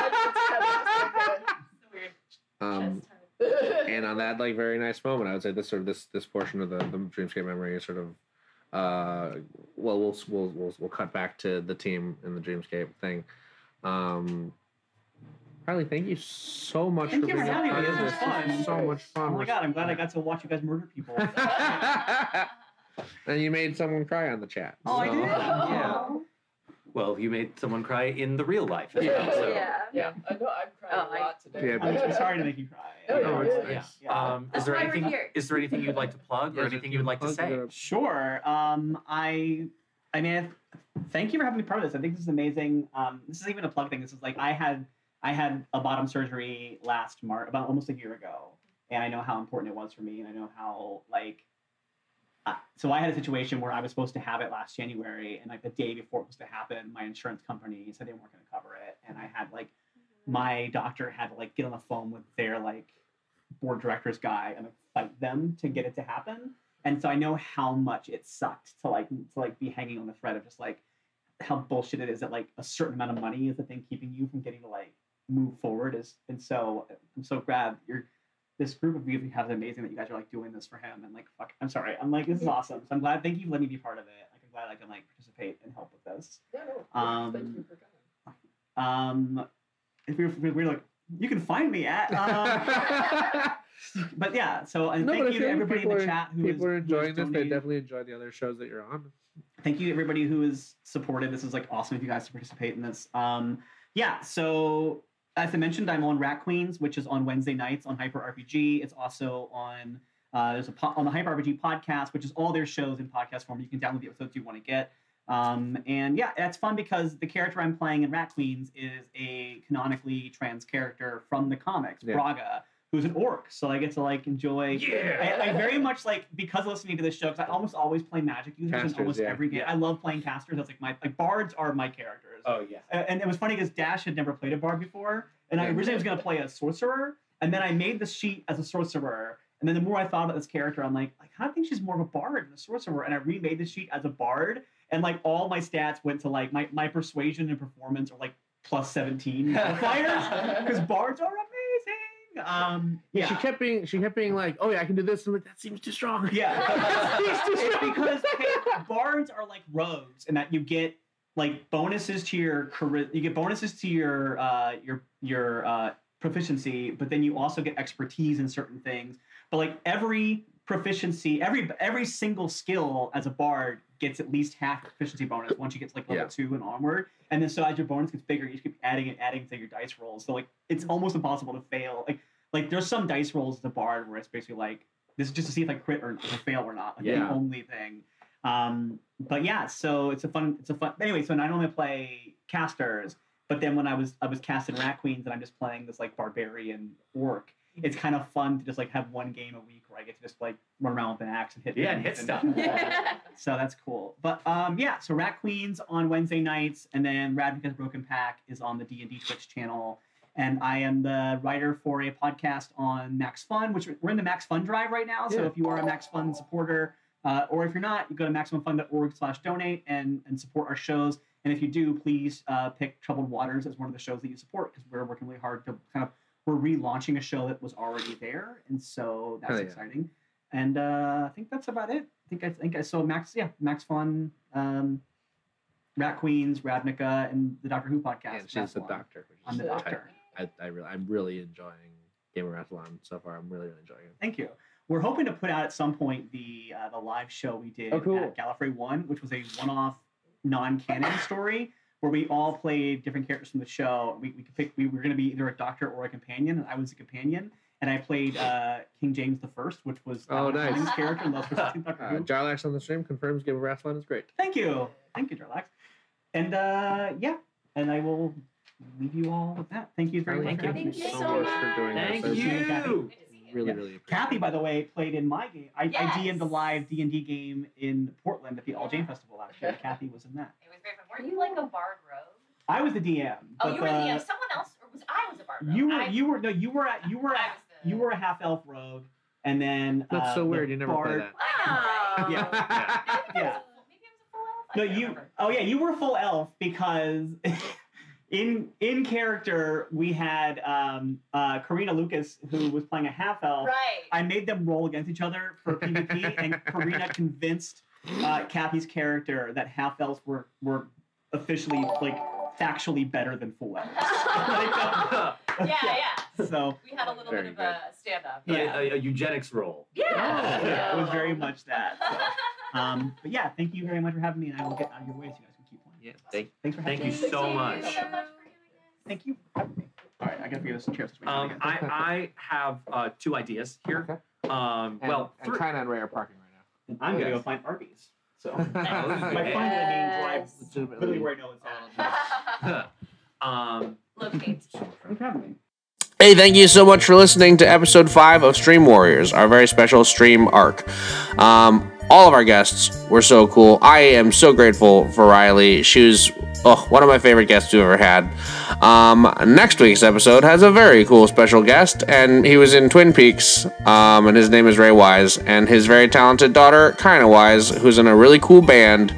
Speaker 8: It's
Speaker 9: It's weird.
Speaker 4: Um,
Speaker 9: Chest hurt.
Speaker 8: kinda-
Speaker 4: and on that like very nice moment, I would say this sort of this this portion of the, the dreamscape memory is sort of uh well we'll we'll we'll, we'll cut back to the team in the dreamscape thing. Um Riley, thank you so much
Speaker 2: Thank
Speaker 4: for
Speaker 2: you
Speaker 4: being
Speaker 2: for
Speaker 4: a
Speaker 2: having
Speaker 4: part
Speaker 2: me.
Speaker 4: of
Speaker 2: This was
Speaker 4: this. This
Speaker 2: fun.
Speaker 4: is so much
Speaker 2: Oh
Speaker 4: fun.
Speaker 2: my god, I'm glad I got to watch you guys murder people.
Speaker 4: and you made someone cry on the chat.
Speaker 2: Oh, I
Speaker 4: so- uh,
Speaker 2: did?
Speaker 7: Yeah. Well, you made someone cry in the real life as well. So.
Speaker 5: yeah.
Speaker 8: yeah. I know. I'm crying
Speaker 5: Oh,
Speaker 8: a
Speaker 5: I-
Speaker 8: lot today.
Speaker 4: Yeah,
Speaker 2: I'm so sorry to make you
Speaker 8: Oh,
Speaker 2: cry.
Speaker 8: yeah.
Speaker 4: Oh, it's
Speaker 8: Yeah.
Speaker 4: nice.
Speaker 2: Yeah.
Speaker 7: Um, is
Speaker 5: That's
Speaker 7: there
Speaker 5: why we're
Speaker 7: anything?
Speaker 5: here.
Speaker 7: Is there anything you'd like to plug or
Speaker 4: Yeah,
Speaker 7: anything you'd like to
Speaker 4: plug
Speaker 7: say?
Speaker 4: it up.
Speaker 2: Sure. Um, I, I mean, I- thank you for having me part of this. I think this is amazing. Um, this is even a plug thing. This is like I had, I had a bottom surgery last March, about almost a year ago, and I know how important it was for me, and I know how like. Uh, so I had a situation where I was supposed to have it last January, and like the day before it was to happen, my insurance company said they weren't going to cover it, and I had like my doctor had to like get on the phone with their like board directors guy and like, fight them to get it to happen. And so I know how much it sucked to like to like be hanging on the thread of just like how bullshit it is that like a certain amount of money is the thing keeping you from getting to like move forward is and so I'm so glad you're this group of you that you have is amazing that you guys are like doing this for him and like fuck I'm sorry. I'm like this is awesome. So I'm glad thank you for letting me be part of it. Like I'm glad I can like participate and help with this.
Speaker 8: Yeah, no,
Speaker 2: Um,
Speaker 8: thank you for coming.
Speaker 2: Um if we were, we were like you can find me at um, but yeah, so and
Speaker 4: No, but I
Speaker 2: thank
Speaker 4: feel
Speaker 2: you to
Speaker 4: like
Speaker 2: everybody in the
Speaker 4: people are-
Speaker 2: chat who is-
Speaker 4: People are
Speaker 2: who is
Speaker 4: enjoying this. They
Speaker 2: donating.
Speaker 4: definitely enjoy the other shows that you're on.
Speaker 2: thank you everybody who is supported. This is like awesome of you guys to participate in this. Um, yeah, so as I mentioned, I'm on Rat Queens, which is on Wednesday nights on Hyper RPG. It's also on uh, there's a po- on the Hyper RPG podcast, which is all their shows in podcast form. You can download the episodes you want to get. Um, and yeah, that's fun because the character I'm playing in Rat Queens is a canonically trans character from the comics,
Speaker 4: Yeah.
Speaker 2: Braga, who's an orc. So I get to like enjoy
Speaker 7: Yeah.
Speaker 2: I, I very much like because listening to this show because I almost always play magic users in
Speaker 4: Casters,
Speaker 2: almost
Speaker 4: yeah.
Speaker 2: every game.
Speaker 7: Yeah.
Speaker 2: I love playing casters. That's like my like bards are my characters.
Speaker 7: It. Oh yeah.
Speaker 2: Uh, and it was funny because Dash had never played a bard before, and I originally was going to play a sorcerer, and then I made the sheet as a sorcerer. And then the more I thought about this character, I'm like, I kind of think she's more of a bard than a sorcerer. And I remade the sheet as a bard, and like all my stats went to like my, my persuasion and performance are like plus 17 modifiers because bards are amazing. Um, yeah.
Speaker 8: She kept being she kept being like, "Oh yeah, I can do this," and I'm like that seems too strong.
Speaker 2: Yeah. it's because okay, bards are like rogues in that you get like bonuses to your chari- you get bonuses to your uh, your your uh, proficiency, but then you also get expertise in certain things. But like every proficiency, every every single skill as a bard gets at least half proficiency bonus once you get to like level
Speaker 8: Yeah.
Speaker 2: two and onward. And then so as your bonus gets bigger, you keep adding and adding to your dice rolls. So like
Speaker 7: Mm-hmm.
Speaker 2: it's almost impossible to fail. Like like there's some dice rolls as a bard where it's basically like this is just to see if I crit or, or fail or not. Like
Speaker 8: Yeah.
Speaker 2: the only thing. Um, but yeah, so it's a fun, it's a fun. Anyway, so now I normally play casters, but then when I was I was casting Rat Queens and I'm just playing this like barbarian orc. It's kind of fun to just like have one game a week where I get to just like run around with an axe and hit
Speaker 7: Yeah, and
Speaker 2: things
Speaker 7: hit stuff.
Speaker 2: so that's cool. But um, yeah, so Rat Queens on Wednesday nights, and then Radvika's Broken Pack is on the D and D Twitch channel. And I am the writer for a podcast on Max Fun, which we're in the Max Fun drive right now. So
Speaker 8: Yeah.
Speaker 2: if you are a Max Fun supporter, uh, or if you're not, you go to maximumfun.org/donate and and support our shows. And if you do, please uh, pick Troubled Waters as one of the shows that you support because we're working really hard to kind of we're relaunching a show that was already there, and so that's
Speaker 8: Hell yeah.
Speaker 2: exciting. And uh, I think that's about it. I think I think I saw Max. Yeah, Max Fun, um, Rat Queens, Ravnica, and the Doctor Who podcast.
Speaker 8: And
Speaker 2: That's
Speaker 8: she's the
Speaker 2: one.
Speaker 8: doctor. which
Speaker 2: I'm
Speaker 8: is
Speaker 2: the
Speaker 8: tight.
Speaker 2: doctor.
Speaker 8: I, I really, I'm really enjoying Game of Rathlon so far. I'm really, really enjoying it.
Speaker 2: Thank you. We're hoping to put out at some point the uh, the live show we did
Speaker 8: Oh, cool.
Speaker 2: at Gallifrey One, which was a one-off non-canon story where we all played different characters from the show. We we could pick. We were going to be either a doctor or a companion, and I was a companion. And I played uh, King James the First, which was
Speaker 8: Oh,
Speaker 2: Alan
Speaker 8: nice.
Speaker 2: Cumming's character in Lost for Doctor
Speaker 8: Uh,
Speaker 2: Who.
Speaker 8: Jarlax on the stream confirms Game of Rathlon is great.
Speaker 2: Thank you. Thank you, Jarlax. And uh, yeah, and I will leave you all with that. Thank you very
Speaker 8: Carly,
Speaker 2: much. for
Speaker 8: thank
Speaker 2: having
Speaker 8: you
Speaker 2: me.
Speaker 3: Thank you
Speaker 8: so
Speaker 3: so
Speaker 8: much for doing
Speaker 7: Thank
Speaker 8: this. I
Speaker 7: you.
Speaker 3: Good to see you.
Speaker 8: Really,
Speaker 2: Yeah.
Speaker 8: really appreciate
Speaker 2: Kathy, by the way, played in my game. I,
Speaker 3: Yes.
Speaker 2: I DM'd the live D and D game in Portland at the All Jane Festival last year. Kathy was in that.
Speaker 3: It was very fun. Were you like a bard rogue?
Speaker 2: I was the DM.
Speaker 3: Oh,
Speaker 2: but
Speaker 3: you were the
Speaker 2: the-
Speaker 3: DM. Someone else, or was I was a bard rogue?
Speaker 2: You were
Speaker 3: I,
Speaker 2: you were no you were at you were
Speaker 3: I
Speaker 2: at,
Speaker 3: was the,
Speaker 2: you were a half elf rogue, and then
Speaker 8: That's
Speaker 2: uh,
Speaker 8: so
Speaker 2: the
Speaker 8: weird. You never play
Speaker 2: bard-
Speaker 8: that.
Speaker 4: Oh,
Speaker 3: I know, right?
Speaker 8: Yeah.
Speaker 3: I think I was
Speaker 2: Yeah.
Speaker 3: a full- maybe I was a full elf. I
Speaker 2: No,
Speaker 3: can't
Speaker 2: you.
Speaker 3: remember.
Speaker 2: Oh yeah, you were full elf because in in character we had um, uh, Karina Lucas who was playing a half elf.
Speaker 3: Right.
Speaker 2: I made them roll against each other for PvP, and Karina convinced uh, Kathy's character that half elves were were officially like factually better than full elves.
Speaker 3: yeah, yeah,
Speaker 2: So
Speaker 3: We had a little
Speaker 8: Very
Speaker 3: bit of a stand up.
Speaker 7: A-
Speaker 2: Yeah.
Speaker 7: a, a eugenics roll.
Speaker 3: Yeah.
Speaker 2: yeah, it was very
Speaker 3: Yeah.
Speaker 2: much that. So, um, but yeah, thank you very much for having me, and I will get out of your way so you guys can keep playing.
Speaker 8: Yeah.
Speaker 2: Thanks for having
Speaker 7: Thank you
Speaker 2: me.
Speaker 3: Thank
Speaker 7: so
Speaker 3: you
Speaker 7: much.
Speaker 3: so much for doing this.
Speaker 2: Thank you. for having me. All right, I gotta figure this chair situation out
Speaker 7: Um,
Speaker 2: again.
Speaker 7: I, I have uh, two ideas here. Um, well,
Speaker 8: and
Speaker 7: three-
Speaker 8: kind of rare parking right
Speaker 2: And I'm gonna
Speaker 7: Yes.
Speaker 2: go find Arby's. So
Speaker 8: now.
Speaker 7: Oh, this is
Speaker 2: my
Speaker 7: good.
Speaker 2: fun living drive
Speaker 10: Yes.
Speaker 2: literally
Speaker 8: Legitimately.
Speaker 2: where I know it's at.
Speaker 7: um,
Speaker 3: Locate.
Speaker 2: Thanks for having me.
Speaker 4: Hey, thank you so much for listening to episode five of Stream Warriors, our very special stream arc. Um, all of our guests were so cool. I am so grateful for Riley. She was oh, one of my favorite guests we've ever had. Um, next week's episode has a very cool special guest, and he was in Twin Peaks, um, and his name is Ray Wise, and his very talented daughter, Kinda Wise, who's in a really cool band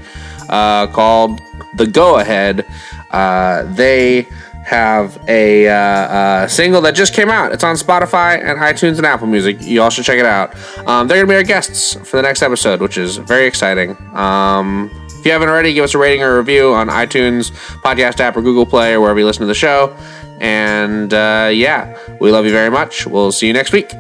Speaker 4: uh, called The Go Ahead. Uh, they have a uh, uh, single that just came out. It's on Spotify and iTunes and Apple Music. You all should check it out. Um, they're going to be our guests for the next episode, which is very exciting. Um, if you haven't already, give us a rating or a review on iTunes, podcast app, or Google Play, or wherever you listen to the show. And uh, yeah, we love you very much. We'll see you next week.